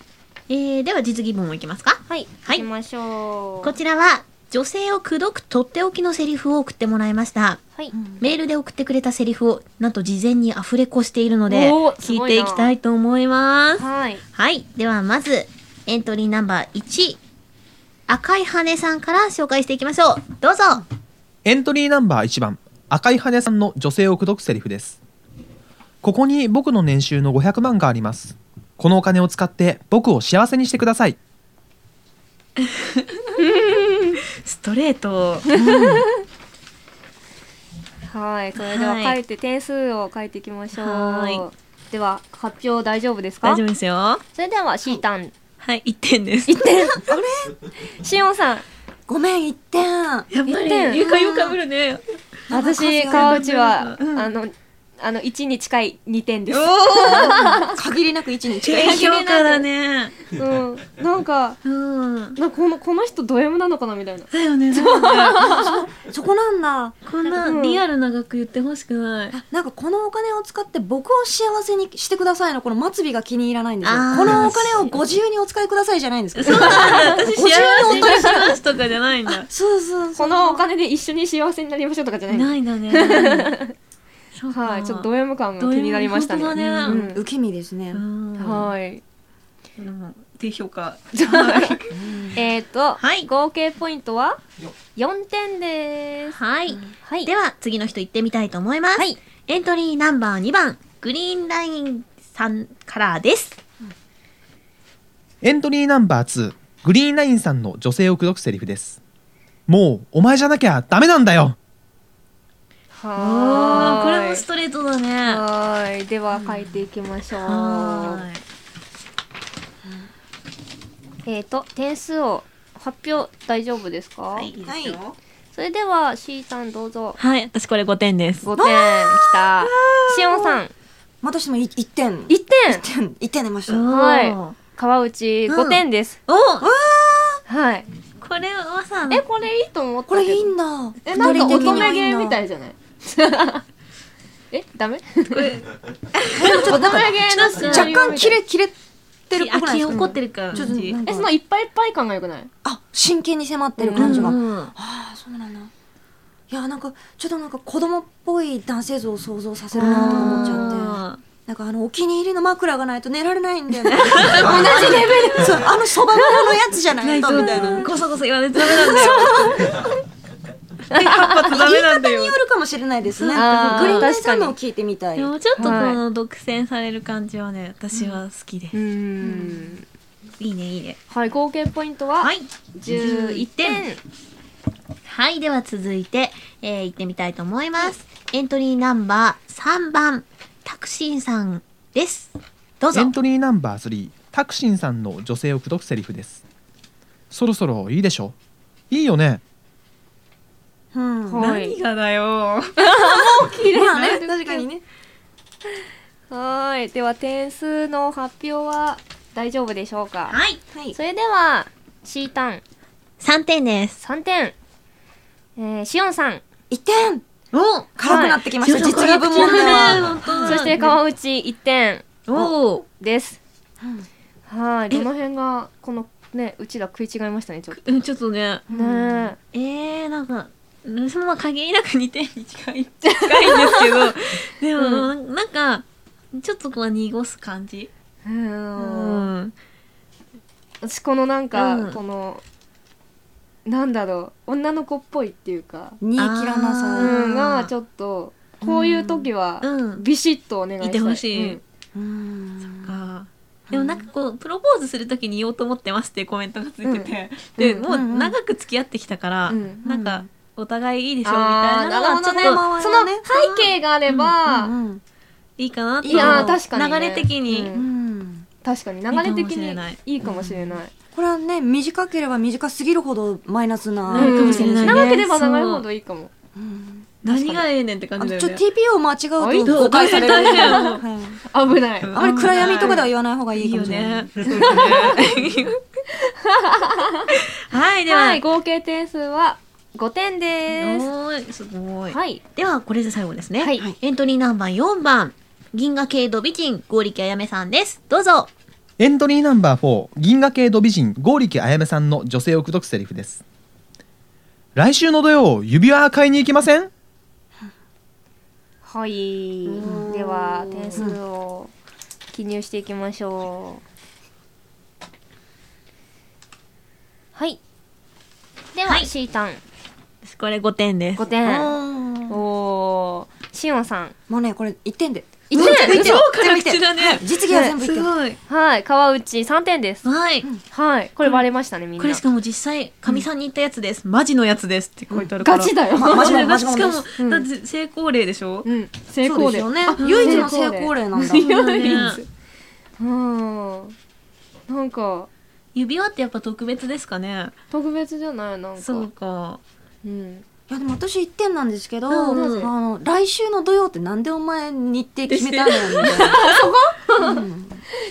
[SPEAKER 1] えーでは実技部門いきますか。
[SPEAKER 2] はい
[SPEAKER 1] は
[SPEAKER 2] 行
[SPEAKER 1] い
[SPEAKER 2] きましょう
[SPEAKER 1] こちらは、女性を口説くとっておきのセリフを送ってもらいました。
[SPEAKER 2] はい
[SPEAKER 1] メールで送ってくれたセリフを、なんと事前にアフレコしているので、
[SPEAKER 2] おーす
[SPEAKER 1] 聞
[SPEAKER 2] ご
[SPEAKER 1] い
[SPEAKER 2] いな
[SPEAKER 1] ていきたいと思います。
[SPEAKER 2] はい
[SPEAKER 1] はい。では、まず、エントリーナンバー1、赤い羽さんから紹介していきましょう。どうぞ。
[SPEAKER 7] エントリーナンバー1番赤い羽さんの女性を口説くセリフですここに僕の年収の500万がありますこのお金を使って僕を幸せにしてください
[SPEAKER 3] ストレー ト
[SPEAKER 2] はいそれでは書いて点数を書いていきましょ
[SPEAKER 3] はー
[SPEAKER 2] うでは発表大丈夫ですか
[SPEAKER 3] 大丈夫ですよ
[SPEAKER 2] それでは C ターン
[SPEAKER 3] はい1点です
[SPEAKER 2] 1点 しおんさん
[SPEAKER 4] ごめん1点
[SPEAKER 3] やっぱ
[SPEAKER 2] 一点
[SPEAKER 3] り床よかぶるね
[SPEAKER 2] 私川内はあのあの1に近い2点です
[SPEAKER 4] 限りなく1に近い
[SPEAKER 3] 低評価だね
[SPEAKER 2] うん、なんか、
[SPEAKER 3] うん
[SPEAKER 2] なんかこのこの人ド M なのかなみ たいな。
[SPEAKER 3] だよねなんか
[SPEAKER 4] そこなんだ
[SPEAKER 3] こんなリアルな額言ってほしくない
[SPEAKER 4] なんかこのお金を使って僕を幸せにしてくださいのこの末尾が気に入らないんですよ
[SPEAKER 1] あー
[SPEAKER 4] このお金をご自由にお使いくださいじゃないんですかそう
[SPEAKER 3] 私幸せにしますとかじゃないんだ
[SPEAKER 4] そうそう
[SPEAKER 2] このお金で一緒に幸せになりましょうとかじゃない
[SPEAKER 3] な
[SPEAKER 2] の
[SPEAKER 3] いんだ ねそうか
[SPEAKER 2] はい、ちょっとド M 感が気になりましたね。
[SPEAKER 3] ド M
[SPEAKER 2] う
[SPEAKER 3] 本
[SPEAKER 2] ん
[SPEAKER 4] 受け身ですね、
[SPEAKER 3] うん
[SPEAKER 2] はい。
[SPEAKER 3] でも低評価
[SPEAKER 2] えっ、ー、と、
[SPEAKER 1] はい
[SPEAKER 2] 合計ポイントは4点です。
[SPEAKER 1] はい。
[SPEAKER 2] はい。
[SPEAKER 1] では、次の人行ってみたいと思います。
[SPEAKER 2] はい
[SPEAKER 1] エントリーナンバー2番、グリーンラインさんからです。
[SPEAKER 7] エントリーナンバー2グリーンラインさんの女性を口説くセリフですもうお前じゃなきゃダメなんだよ
[SPEAKER 2] はーい。
[SPEAKER 3] これもストレートだね
[SPEAKER 2] はーい。では、書いていきましょう。
[SPEAKER 3] は
[SPEAKER 2] えっ、ー、と、点数を発表大丈夫ですかはい。
[SPEAKER 3] い
[SPEAKER 4] はい
[SPEAKER 2] それでは、C さんどうぞ。
[SPEAKER 3] はい私これ5点です
[SPEAKER 2] 5点きた。しおんさん、
[SPEAKER 4] 私も1点
[SPEAKER 2] 1点
[SPEAKER 4] 1点出ました
[SPEAKER 2] はい
[SPEAKER 3] おー
[SPEAKER 8] 川内5点です、
[SPEAKER 1] お
[SPEAKER 8] はい
[SPEAKER 1] これはさ
[SPEAKER 2] えこれいいと思った
[SPEAKER 4] これいいんだ
[SPEAKER 2] えなんか乙女ゲーみた
[SPEAKER 4] い
[SPEAKER 2] いじゃない えダメ乙 女ゲーのシナ
[SPEAKER 4] 若
[SPEAKER 2] リオ
[SPEAKER 4] 干
[SPEAKER 2] み
[SPEAKER 4] 切
[SPEAKER 2] たい
[SPEAKER 4] れ切れてるっぽくないですか
[SPEAKER 1] 怒ってるから
[SPEAKER 4] ちょっとなんか
[SPEAKER 2] えそのいっぱいいっぱい感がよくない
[SPEAKER 4] あ真剣に迫ってる感じが、
[SPEAKER 1] うん
[SPEAKER 4] ああそうなんだいやなんかちょっとなんか子供っぽい男性像を想像させるなと思っちゃって
[SPEAKER 1] あ
[SPEAKER 4] なんかあのお気に入りの枕がないと寝られないんだよね同じレベルそうあのそば蔵のやつじゃないとみたいな
[SPEAKER 1] ーこそこそ言わないとダメなんだよ
[SPEAKER 9] ダメなんだよ
[SPEAKER 4] によるかもしれないですねグリ
[SPEAKER 2] あー
[SPEAKER 4] ーンライさんのを聞いてみたい
[SPEAKER 1] でもちょっとこの独占される感じはね私は好きで、
[SPEAKER 2] うん
[SPEAKER 1] いいねいいね
[SPEAKER 2] はい合計ポイントは
[SPEAKER 1] はい
[SPEAKER 2] 11点
[SPEAKER 1] はい、では続いて、えー行ってみたいと思います。エントリーナンバー3番、タクシーさんです。どうぞ
[SPEAKER 7] エ。ントリーナンバー3タクシンさんの女性を口説くセリフですそろそろいいでしょいいよね
[SPEAKER 4] うんま
[SPEAKER 2] はい
[SPEAKER 9] がだよ
[SPEAKER 4] あね確かにね
[SPEAKER 2] はいでは点数の発表は大丈夫でしょうか
[SPEAKER 1] はい、
[SPEAKER 2] それでは C ターン
[SPEAKER 1] 3点です。
[SPEAKER 2] 3点えー、しおんさん、
[SPEAKER 4] 一点
[SPEAKER 1] お
[SPEAKER 4] 辛くなってきました実技部門では
[SPEAKER 2] そして川内1点
[SPEAKER 1] おお
[SPEAKER 2] です。はい、どの辺がこのねうちら食い違いましたねちょっと。
[SPEAKER 9] ちょっとね
[SPEAKER 2] ね
[SPEAKER 1] えー、なんか、その限りなく2点に近
[SPEAKER 9] 深
[SPEAKER 1] い。
[SPEAKER 9] いんですけ ど
[SPEAKER 1] でも、
[SPEAKER 2] う
[SPEAKER 1] なんか、ちょっとこう濁す感じ。
[SPEAKER 2] え。う。
[SPEAKER 9] うんん
[SPEAKER 2] 私このなんか、
[SPEAKER 1] うん
[SPEAKER 2] このなんだろう女の子っぽいっていうか、
[SPEAKER 4] 2位切らな
[SPEAKER 1] あ
[SPEAKER 2] う
[SPEAKER 4] さ
[SPEAKER 1] ー
[SPEAKER 2] んがちょっとこういう時は
[SPEAKER 1] うん
[SPEAKER 2] ビシッとお願いしたい。
[SPEAKER 9] いてほしい
[SPEAKER 2] うん
[SPEAKER 4] うん
[SPEAKER 9] あ
[SPEAKER 1] でもなんかこう、プロポーズするときに言おうと思ってますっていうコメントがついてて、で、
[SPEAKER 2] うん
[SPEAKER 1] もう長く付き合ってきたから、
[SPEAKER 2] うん
[SPEAKER 1] なんか、お互いいいでしょみ
[SPEAKER 2] あ
[SPEAKER 1] た
[SPEAKER 2] ー
[SPEAKER 1] いな
[SPEAKER 2] なる
[SPEAKER 1] の
[SPEAKER 2] ほ
[SPEAKER 1] がちょっ
[SPEAKER 2] どね
[SPEAKER 1] と
[SPEAKER 4] 周り
[SPEAKER 2] そ
[SPEAKER 4] の
[SPEAKER 2] の
[SPEAKER 4] ね
[SPEAKER 2] 背景があれば、
[SPEAKER 4] うん
[SPEAKER 1] いいかなって
[SPEAKER 2] いやー確かにね、
[SPEAKER 1] 流れ的に、
[SPEAKER 2] う
[SPEAKER 4] うんん
[SPEAKER 2] 確かに流れ的
[SPEAKER 9] いいかもしれな
[SPEAKER 2] に
[SPEAKER 9] い
[SPEAKER 2] いいかもしれない。
[SPEAKER 4] これはね短ければ短すぎるほどマイナスな、
[SPEAKER 2] うん
[SPEAKER 9] いいかもしれないね
[SPEAKER 2] 長ければ長いほどいいかも。
[SPEAKER 4] うん
[SPEAKER 9] 何がええねんって感
[SPEAKER 4] あの
[SPEAKER 9] じだ
[SPEAKER 4] ちょっ
[SPEAKER 9] よ
[SPEAKER 4] と
[SPEAKER 9] ね
[SPEAKER 4] TPO 間違うと誤解される、
[SPEAKER 9] 大変大変
[SPEAKER 4] はい
[SPEAKER 2] 危ない。
[SPEAKER 4] あまり暗闇とかでは言わない方がい
[SPEAKER 9] い
[SPEAKER 4] い
[SPEAKER 9] い
[SPEAKER 4] かも
[SPEAKER 9] よ
[SPEAKER 4] しれない
[SPEAKER 9] ね はいでは、
[SPEAKER 2] はい、合計点数は5点です。
[SPEAKER 9] おーいすごい
[SPEAKER 2] はい。
[SPEAKER 1] ではこれで最後ですね、
[SPEAKER 2] はい
[SPEAKER 1] エントリーナンバー4番銀河系ド美人剛力あやめさんですどうぞ
[SPEAKER 7] エントリーナンバー4銀河系ド美人剛力あやめさんの女性を口説くセリフです来週の土曜指輪買いに行きません
[SPEAKER 2] はい。では、点数を記入していきましょう。はい。では、シータン、
[SPEAKER 9] 私これ5点です
[SPEAKER 2] 5点。
[SPEAKER 4] うん
[SPEAKER 2] おー、シオンさん。
[SPEAKER 4] もうねこれ1点で
[SPEAKER 2] 1点
[SPEAKER 4] 全部
[SPEAKER 9] 辛
[SPEAKER 4] 1点
[SPEAKER 9] 口だね
[SPEAKER 4] 実技は全部1
[SPEAKER 9] す
[SPEAKER 4] 点
[SPEAKER 9] ごい
[SPEAKER 2] はい、川内3点です。
[SPEAKER 1] はい、
[SPEAKER 2] はい。これ割れましたね、みん
[SPEAKER 1] これ
[SPEAKER 2] な
[SPEAKER 1] し。かも実際かみさんに言ったやつです、
[SPEAKER 9] マジのやつですって書いてあるから
[SPEAKER 2] ガチだよ。
[SPEAKER 4] まマジもんマ
[SPEAKER 9] だし
[SPEAKER 4] ジもん
[SPEAKER 9] か
[SPEAKER 4] です
[SPEAKER 9] も、だって成功例でしょ、
[SPEAKER 2] うん、成
[SPEAKER 4] そう
[SPEAKER 2] 功で。
[SPEAKER 4] ですよね
[SPEAKER 2] あ
[SPEAKER 4] 唯一の成功例なんだ
[SPEAKER 2] 成功例
[SPEAKER 9] うん
[SPEAKER 2] うん。なんか、
[SPEAKER 9] 指輪ってやっぱ特別ですかね
[SPEAKER 2] 特別じゃないなんか。
[SPEAKER 9] そうか
[SPEAKER 2] うん。
[SPEAKER 4] いやでも私1点なんですけど、
[SPEAKER 1] うんうん
[SPEAKER 4] あの来週の土曜ってなんでお前日程決めたのよ みたいな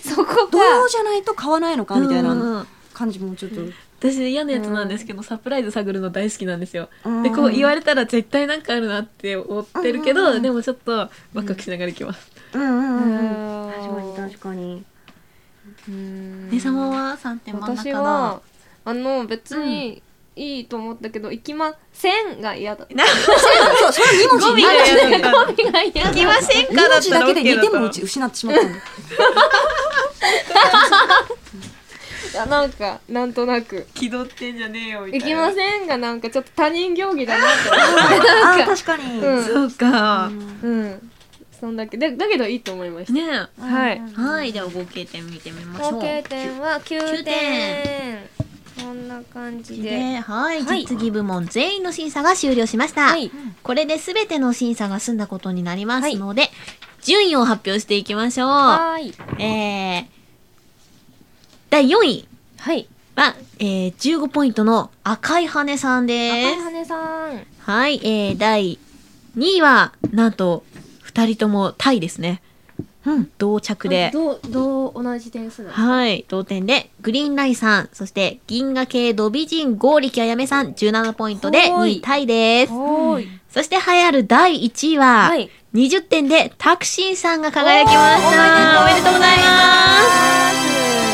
[SPEAKER 2] そこか
[SPEAKER 4] 土曜じゃないと買わないのかみたい
[SPEAKER 9] うん
[SPEAKER 4] な感じもちょっと、
[SPEAKER 9] 私嫌なやつなんですけど、サプライズ探るの大好きなんですよ、
[SPEAKER 4] うん
[SPEAKER 9] でこう言われたら絶対なんかあるなって思ってるけど、
[SPEAKER 4] うんうんうん
[SPEAKER 9] でもちょっとワクワクしながら行きます、
[SPEAKER 4] うんうんうん
[SPEAKER 2] 確
[SPEAKER 4] 確かに確かに
[SPEAKER 2] に
[SPEAKER 1] 姉様は3点真ん
[SPEAKER 2] 私
[SPEAKER 1] 中だ
[SPEAKER 2] はあの別にいいと思ったけど「行きません」が嫌だった
[SPEAKER 4] そうそれ2
[SPEAKER 9] ゴ
[SPEAKER 4] 文
[SPEAKER 9] ミ
[SPEAKER 4] 字
[SPEAKER 9] が嫌だ
[SPEAKER 2] 語尾が嫌だ
[SPEAKER 9] 行きませんか
[SPEAKER 4] 2
[SPEAKER 9] だ
[SPEAKER 4] 文
[SPEAKER 9] っ
[SPEAKER 4] 字
[SPEAKER 9] た
[SPEAKER 4] だ
[SPEAKER 9] ら
[SPEAKER 4] けで
[SPEAKER 9] OK だ
[SPEAKER 4] 2
[SPEAKER 9] った
[SPEAKER 4] 点もうち失ってしまったんだ
[SPEAKER 2] あなんかなんとなく
[SPEAKER 9] 気取ってんじゃねえよ
[SPEAKER 2] 「
[SPEAKER 9] みたい
[SPEAKER 2] 行
[SPEAKER 9] な
[SPEAKER 2] きません」がなんかちょっと他人行儀だなって
[SPEAKER 4] あー確かに、
[SPEAKER 2] 思って
[SPEAKER 9] そうか、
[SPEAKER 2] うん、うん、そんだけでだけどいいと思いまし
[SPEAKER 9] ね
[SPEAKER 2] たはい
[SPEAKER 1] はいでは合計点見てみましょ
[SPEAKER 2] 合
[SPEAKER 1] う
[SPEAKER 2] 計点は9
[SPEAKER 1] 九
[SPEAKER 2] 点
[SPEAKER 1] 点
[SPEAKER 2] こんな感じで
[SPEAKER 1] で、はい、
[SPEAKER 2] はい
[SPEAKER 1] 実技部門全員の審査が終了しました。
[SPEAKER 2] はい
[SPEAKER 1] これで全ての審査が済んだことになりますので、順位を発表していきましょう。
[SPEAKER 2] はい
[SPEAKER 1] えー、第4位
[SPEAKER 2] はい
[SPEAKER 1] は、えー、15ポイントの赤い羽さん
[SPEAKER 2] 赤
[SPEAKER 1] で
[SPEAKER 2] い
[SPEAKER 1] す。
[SPEAKER 2] 羽さん
[SPEAKER 1] はい、えー、第2位は、なんと、2人ともタイですね。
[SPEAKER 4] うん
[SPEAKER 1] 同着で、
[SPEAKER 2] どうどう同じ点数なの
[SPEAKER 1] はい、同点で、グリーンライさん、そして銀河系ド美人剛力あやめさん、17ポイントで
[SPEAKER 10] は
[SPEAKER 1] 2
[SPEAKER 10] い
[SPEAKER 1] 位タイです。
[SPEAKER 2] おーい
[SPEAKER 1] そして、栄えある第1位は、
[SPEAKER 10] はい
[SPEAKER 1] 20点でタクシンさんが輝きました。おめでとうございま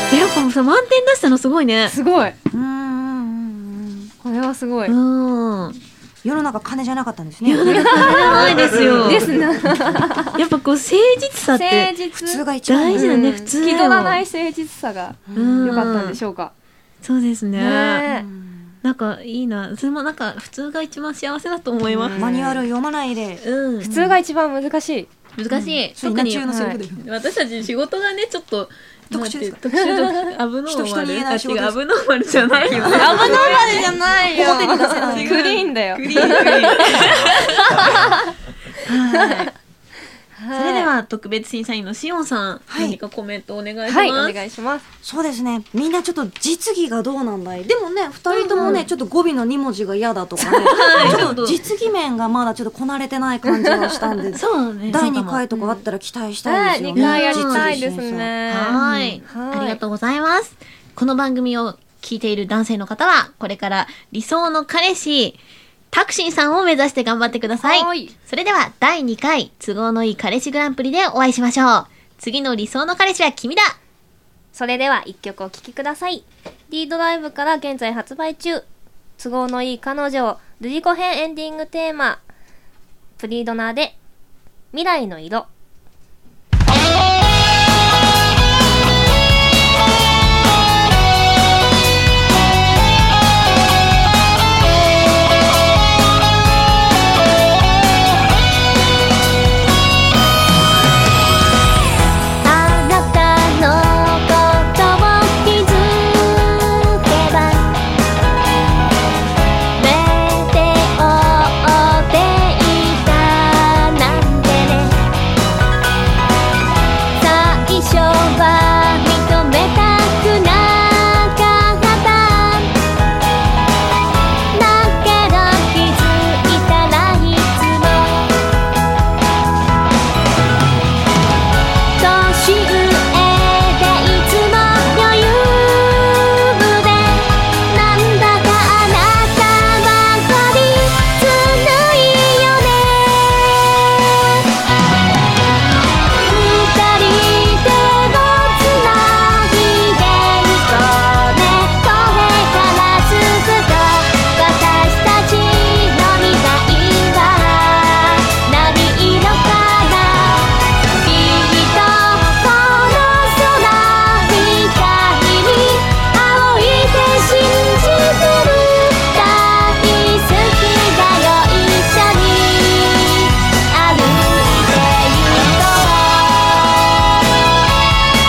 [SPEAKER 1] す。やっぱさ、満点出したのすごいね。
[SPEAKER 2] すごい
[SPEAKER 4] うんうんうんうん
[SPEAKER 2] これはすごい、
[SPEAKER 1] うん。
[SPEAKER 4] 世の中金じゃなかったんですね
[SPEAKER 1] じゃないです よ。
[SPEAKER 2] ですな
[SPEAKER 1] やっぱこう、誠実さっ
[SPEAKER 2] 誠
[SPEAKER 1] て
[SPEAKER 2] 実
[SPEAKER 4] 普通が一番
[SPEAKER 1] 大事だね、
[SPEAKER 2] うん
[SPEAKER 1] 普通でも
[SPEAKER 2] 気取らない誠実さが
[SPEAKER 1] うん
[SPEAKER 2] 良かったんでしょうか、
[SPEAKER 1] そうですね。
[SPEAKER 2] ね
[SPEAKER 4] うん
[SPEAKER 1] なんかいいな。それもなんか普通が一番幸せだと思います。
[SPEAKER 4] マニュアル読まないで
[SPEAKER 1] うん。
[SPEAKER 2] 普通が一番難しい
[SPEAKER 1] 難しい。
[SPEAKER 4] そう
[SPEAKER 1] 特に
[SPEAKER 4] 稲中のセリフで
[SPEAKER 1] 私たち仕事がね、ちょっと、
[SPEAKER 4] 特殊です
[SPEAKER 1] なんて特殊の、アブノー
[SPEAKER 4] 人
[SPEAKER 1] マ
[SPEAKER 4] 人に
[SPEAKER 1] ル。
[SPEAKER 4] 言え
[SPEAKER 1] あ
[SPEAKER 4] な
[SPEAKER 1] 違
[SPEAKER 4] い仕事
[SPEAKER 1] う、アブノーマルじゃないよね。
[SPEAKER 2] 危ないまでじゃないよ
[SPEAKER 4] 表に出せない
[SPEAKER 2] クリーンだよ
[SPEAKER 1] クリーンクリーンはいそれでは特別審査員のしおんさん、
[SPEAKER 4] はい
[SPEAKER 1] 何かコメントお願いします。
[SPEAKER 2] はいお願いします
[SPEAKER 4] そうですねみんなちょっと実技がどうなんだいでもね二人ともね、ちょっと語尾の2文字が嫌だとかね、 ちょっと実技面がまだちょっとこなれてない感じがした んで
[SPEAKER 1] そうね。
[SPEAKER 4] 第
[SPEAKER 1] そう
[SPEAKER 4] 2
[SPEAKER 1] かも
[SPEAKER 4] 回とかあったら期待したいで
[SPEAKER 2] ね
[SPEAKER 4] すよ
[SPEAKER 2] 二
[SPEAKER 4] ね。
[SPEAKER 2] 回やりたいです
[SPEAKER 4] 実技審査
[SPEAKER 2] ね
[SPEAKER 1] はい。
[SPEAKER 2] はい
[SPEAKER 1] ありがとうございます。この番組を聞いている男性の方は、これから理想の彼氏、タクシンさんを目指して頑張ってください。
[SPEAKER 2] はい
[SPEAKER 1] それでは、第2回、都合のいい彼氏グランプリでお会いしましょう。次の理想の彼氏は君だ
[SPEAKER 10] それでは一曲お聴きください D ドライブから現在発売中都合のいい彼女をルリコ編エンディングテーマプリードナーで未来の色あなたのことを気づけばメテオでいたなんてね最初は認めたくなかっただけど気づいたらいつも年上でいつも余裕でなんだかあなたはこりずるいよね二人手をつないでいこうねこれからずっと私たちの未来は何色かなきっとこの空みたいに青いって信じてる大好きだよ一緒に歩いて行こう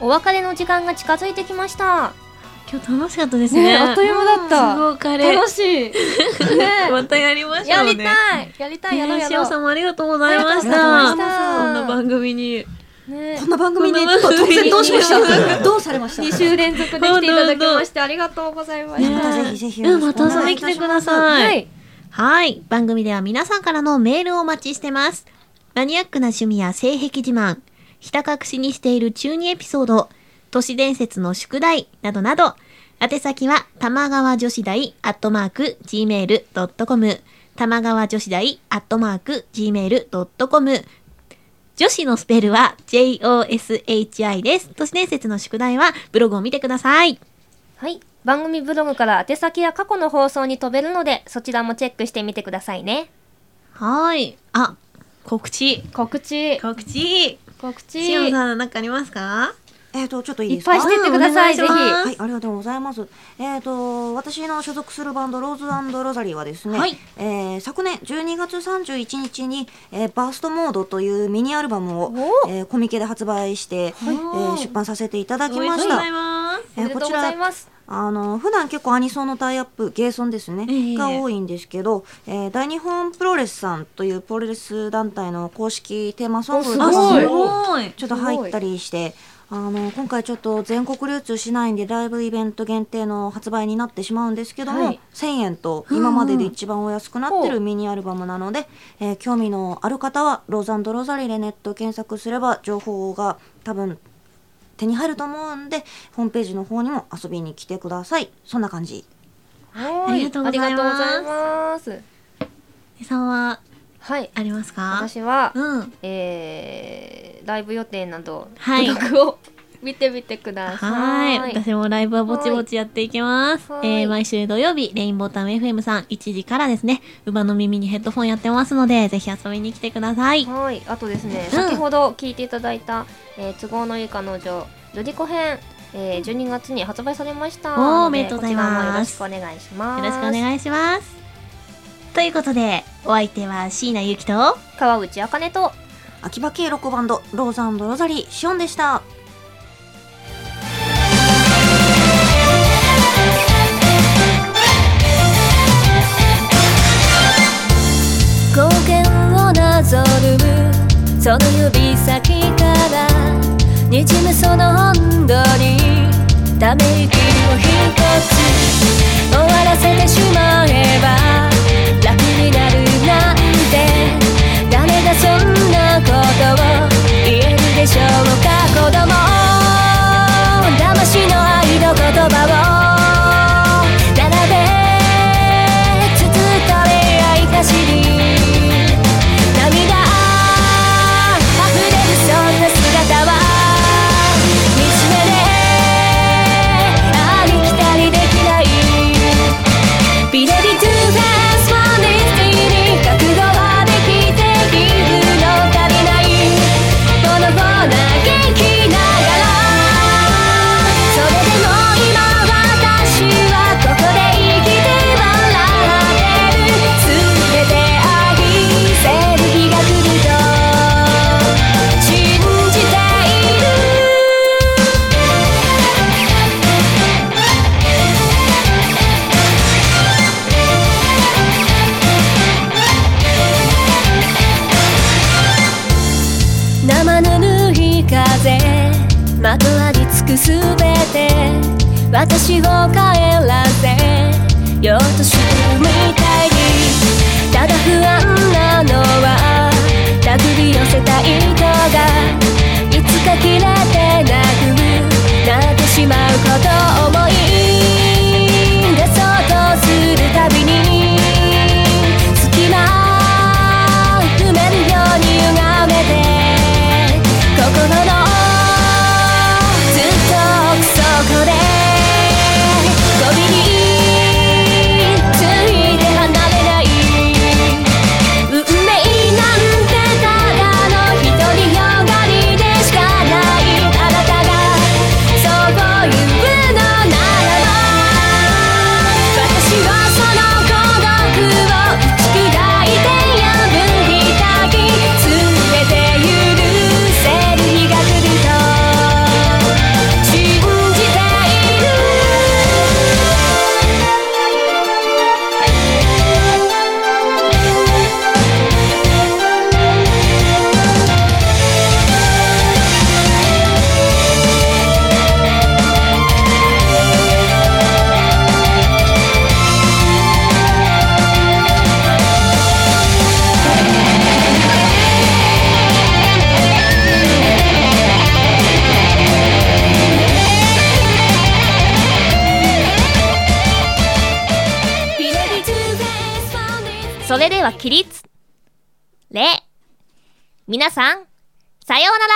[SPEAKER 10] お別れの時間が近づいてきました
[SPEAKER 1] 今日楽しかったですね。
[SPEAKER 2] ねあっという間だった
[SPEAKER 1] お別れ
[SPEAKER 2] 楽しいね
[SPEAKER 1] またやりまし
[SPEAKER 2] や
[SPEAKER 1] ょうね。
[SPEAKER 2] りたいやりたいやろう
[SPEAKER 1] ね
[SPEAKER 2] や
[SPEAKER 1] しお
[SPEAKER 2] ろ
[SPEAKER 1] ん
[SPEAKER 2] う
[SPEAKER 1] さんもありがとうございました。
[SPEAKER 4] ありがとうござい
[SPEAKER 1] こ
[SPEAKER 4] ま
[SPEAKER 1] んな番組に。
[SPEAKER 2] ね
[SPEAKER 4] こんな番組
[SPEAKER 1] こ
[SPEAKER 4] ね、
[SPEAKER 1] んな番組
[SPEAKER 4] 突然どうしま したどうされました
[SPEAKER 2] 2週連続で来ていただきましてありがとうございました、
[SPEAKER 4] またぜひぜひ
[SPEAKER 1] う
[SPEAKER 4] よ
[SPEAKER 1] ん、
[SPEAKER 4] ろ
[SPEAKER 1] ま
[SPEAKER 4] しくお
[SPEAKER 1] た遊び
[SPEAKER 4] 願い
[SPEAKER 1] に
[SPEAKER 4] い
[SPEAKER 1] 来
[SPEAKER 4] た
[SPEAKER 1] て
[SPEAKER 4] し
[SPEAKER 1] く
[SPEAKER 4] ま
[SPEAKER 1] だ
[SPEAKER 4] す。
[SPEAKER 1] さい。
[SPEAKER 2] はい
[SPEAKER 1] はい。番組では皆さんからのメールをお待ちしてます。マニアックな趣味や性癖自慢、ひた隠しにしている中二エピソード、都市伝説の宿題などなど、宛先は玉川女子大アットマーク gmail.com 玉川女子大アットマーク gmail.com 女子のスペルは JOSHI です。都市伝説の宿題はブログを見てください。
[SPEAKER 10] はい番組ブログから宛先や過去の放送に飛べるのでそちらもチェックしてみてくださいね
[SPEAKER 1] はい。あ、告知。
[SPEAKER 2] 告知
[SPEAKER 1] 告知。
[SPEAKER 2] 告知
[SPEAKER 1] しおんさん、なんかありますか
[SPEAKER 4] えっと、ちょっとい
[SPEAKER 2] い
[SPEAKER 4] いで
[SPEAKER 2] っ
[SPEAKER 4] すか
[SPEAKER 2] ぱいしてってください、
[SPEAKER 1] うんお
[SPEAKER 2] ぜ
[SPEAKER 1] 願いします
[SPEAKER 2] ひ
[SPEAKER 4] はい、ありがとうございます。えっ、と、私の所属するバンド、ローズロザリーはですね、
[SPEAKER 1] はい
[SPEAKER 4] えー昨年12月31日に、えーバーストモードというミニアルバムを、えーコミケで発売して、えー出版させていただきまし
[SPEAKER 1] おめで
[SPEAKER 4] た
[SPEAKER 1] とうござい。ます。
[SPEAKER 4] え
[SPEAKER 2] おめ
[SPEAKER 4] ー
[SPEAKER 2] で
[SPEAKER 4] こと
[SPEAKER 2] うご
[SPEAKER 4] ち
[SPEAKER 2] ざ
[SPEAKER 4] ら
[SPEAKER 2] い、ます。
[SPEAKER 4] あの普段結構アニソンのタイアップゲーソンですね、
[SPEAKER 1] ええ
[SPEAKER 4] が多いんですけど、えー大日本プロレスさんというプロレス団体の公式テーマソング
[SPEAKER 2] おすごい
[SPEAKER 4] が
[SPEAKER 1] すごい。
[SPEAKER 4] ちょっと入ったりしてあの今回ちょっと全国流通しないんでライブイベント限定の発売になってしまうんですけども、
[SPEAKER 2] はい
[SPEAKER 4] 1000円と今までで一番お安くなってるミニアルバムなので、えー興味のある方は「ローザンド・ロザリ」でネット検索すれば情報が多分手に入ると思うんでホームページの方にも遊びに来てくださいそんな感じ
[SPEAKER 2] は
[SPEAKER 1] ありがとうございます
[SPEAKER 2] ありがとうございます
[SPEAKER 1] えさんは
[SPEAKER 2] はい
[SPEAKER 1] ありますか
[SPEAKER 2] 私は、
[SPEAKER 1] うん
[SPEAKER 2] えー、ライブ予定など
[SPEAKER 1] はい
[SPEAKER 2] 記録を見てみてくださ。
[SPEAKER 1] はいい私もライブはぼちぼちやっていきます
[SPEAKER 2] は。い
[SPEAKER 1] えー毎週土曜日、レインボータウン FM さん1時からですね、馬の耳にヘッドフォンやってますので、ぜひ遊びに来てください。
[SPEAKER 2] はい、あとですね、
[SPEAKER 1] うん
[SPEAKER 2] 先ほど聞いていただいた、えー都合のいい彼女ルリコ編、えー、12月に発売されました
[SPEAKER 1] おー
[SPEAKER 2] ので
[SPEAKER 1] おめでとうございます
[SPEAKER 2] こちらもよろしくお願いしま
[SPEAKER 1] よ
[SPEAKER 2] す
[SPEAKER 1] ろしくお願いします。ということで、お相手は椎名ゆきと、
[SPEAKER 2] 川内あかねと
[SPEAKER 4] 秋葉系ロコバンド「ローザンド・ロザリ」シオンでした
[SPEAKER 10] 光源をなぞるその指先からにじむその温度にため息を一つ終わらせてしまえば楽になるなんて誰がそんなことを言えるでしょうか子供魂の愛の言葉を並べつつと恋愛歌詞に涙あふれるそんな姿は惨めでありきたりできないビレビトゥフェスワンディスティに覚悟はできているの足りないボロボロ元気ながらそれでも今私はここで生きて笑ってる全て愛せる日が来ると信じている生ぬるい風まとわりつくすべて私を帰らせようとしてるみたいにただ不安なのは手繰り寄せた糸がいつか切れてなくなってしまうことを思い出そうとするたびに隙間埋めるように歪めて心のずっと奥底でゴミについて離れない運命なんてただの独りよがりでしかないあなたがそういうのならば私はその孤独を打ち砕いて破りたい全て許せる日が来ると信じている
[SPEAKER 2] それでは起立礼皆さんさようなら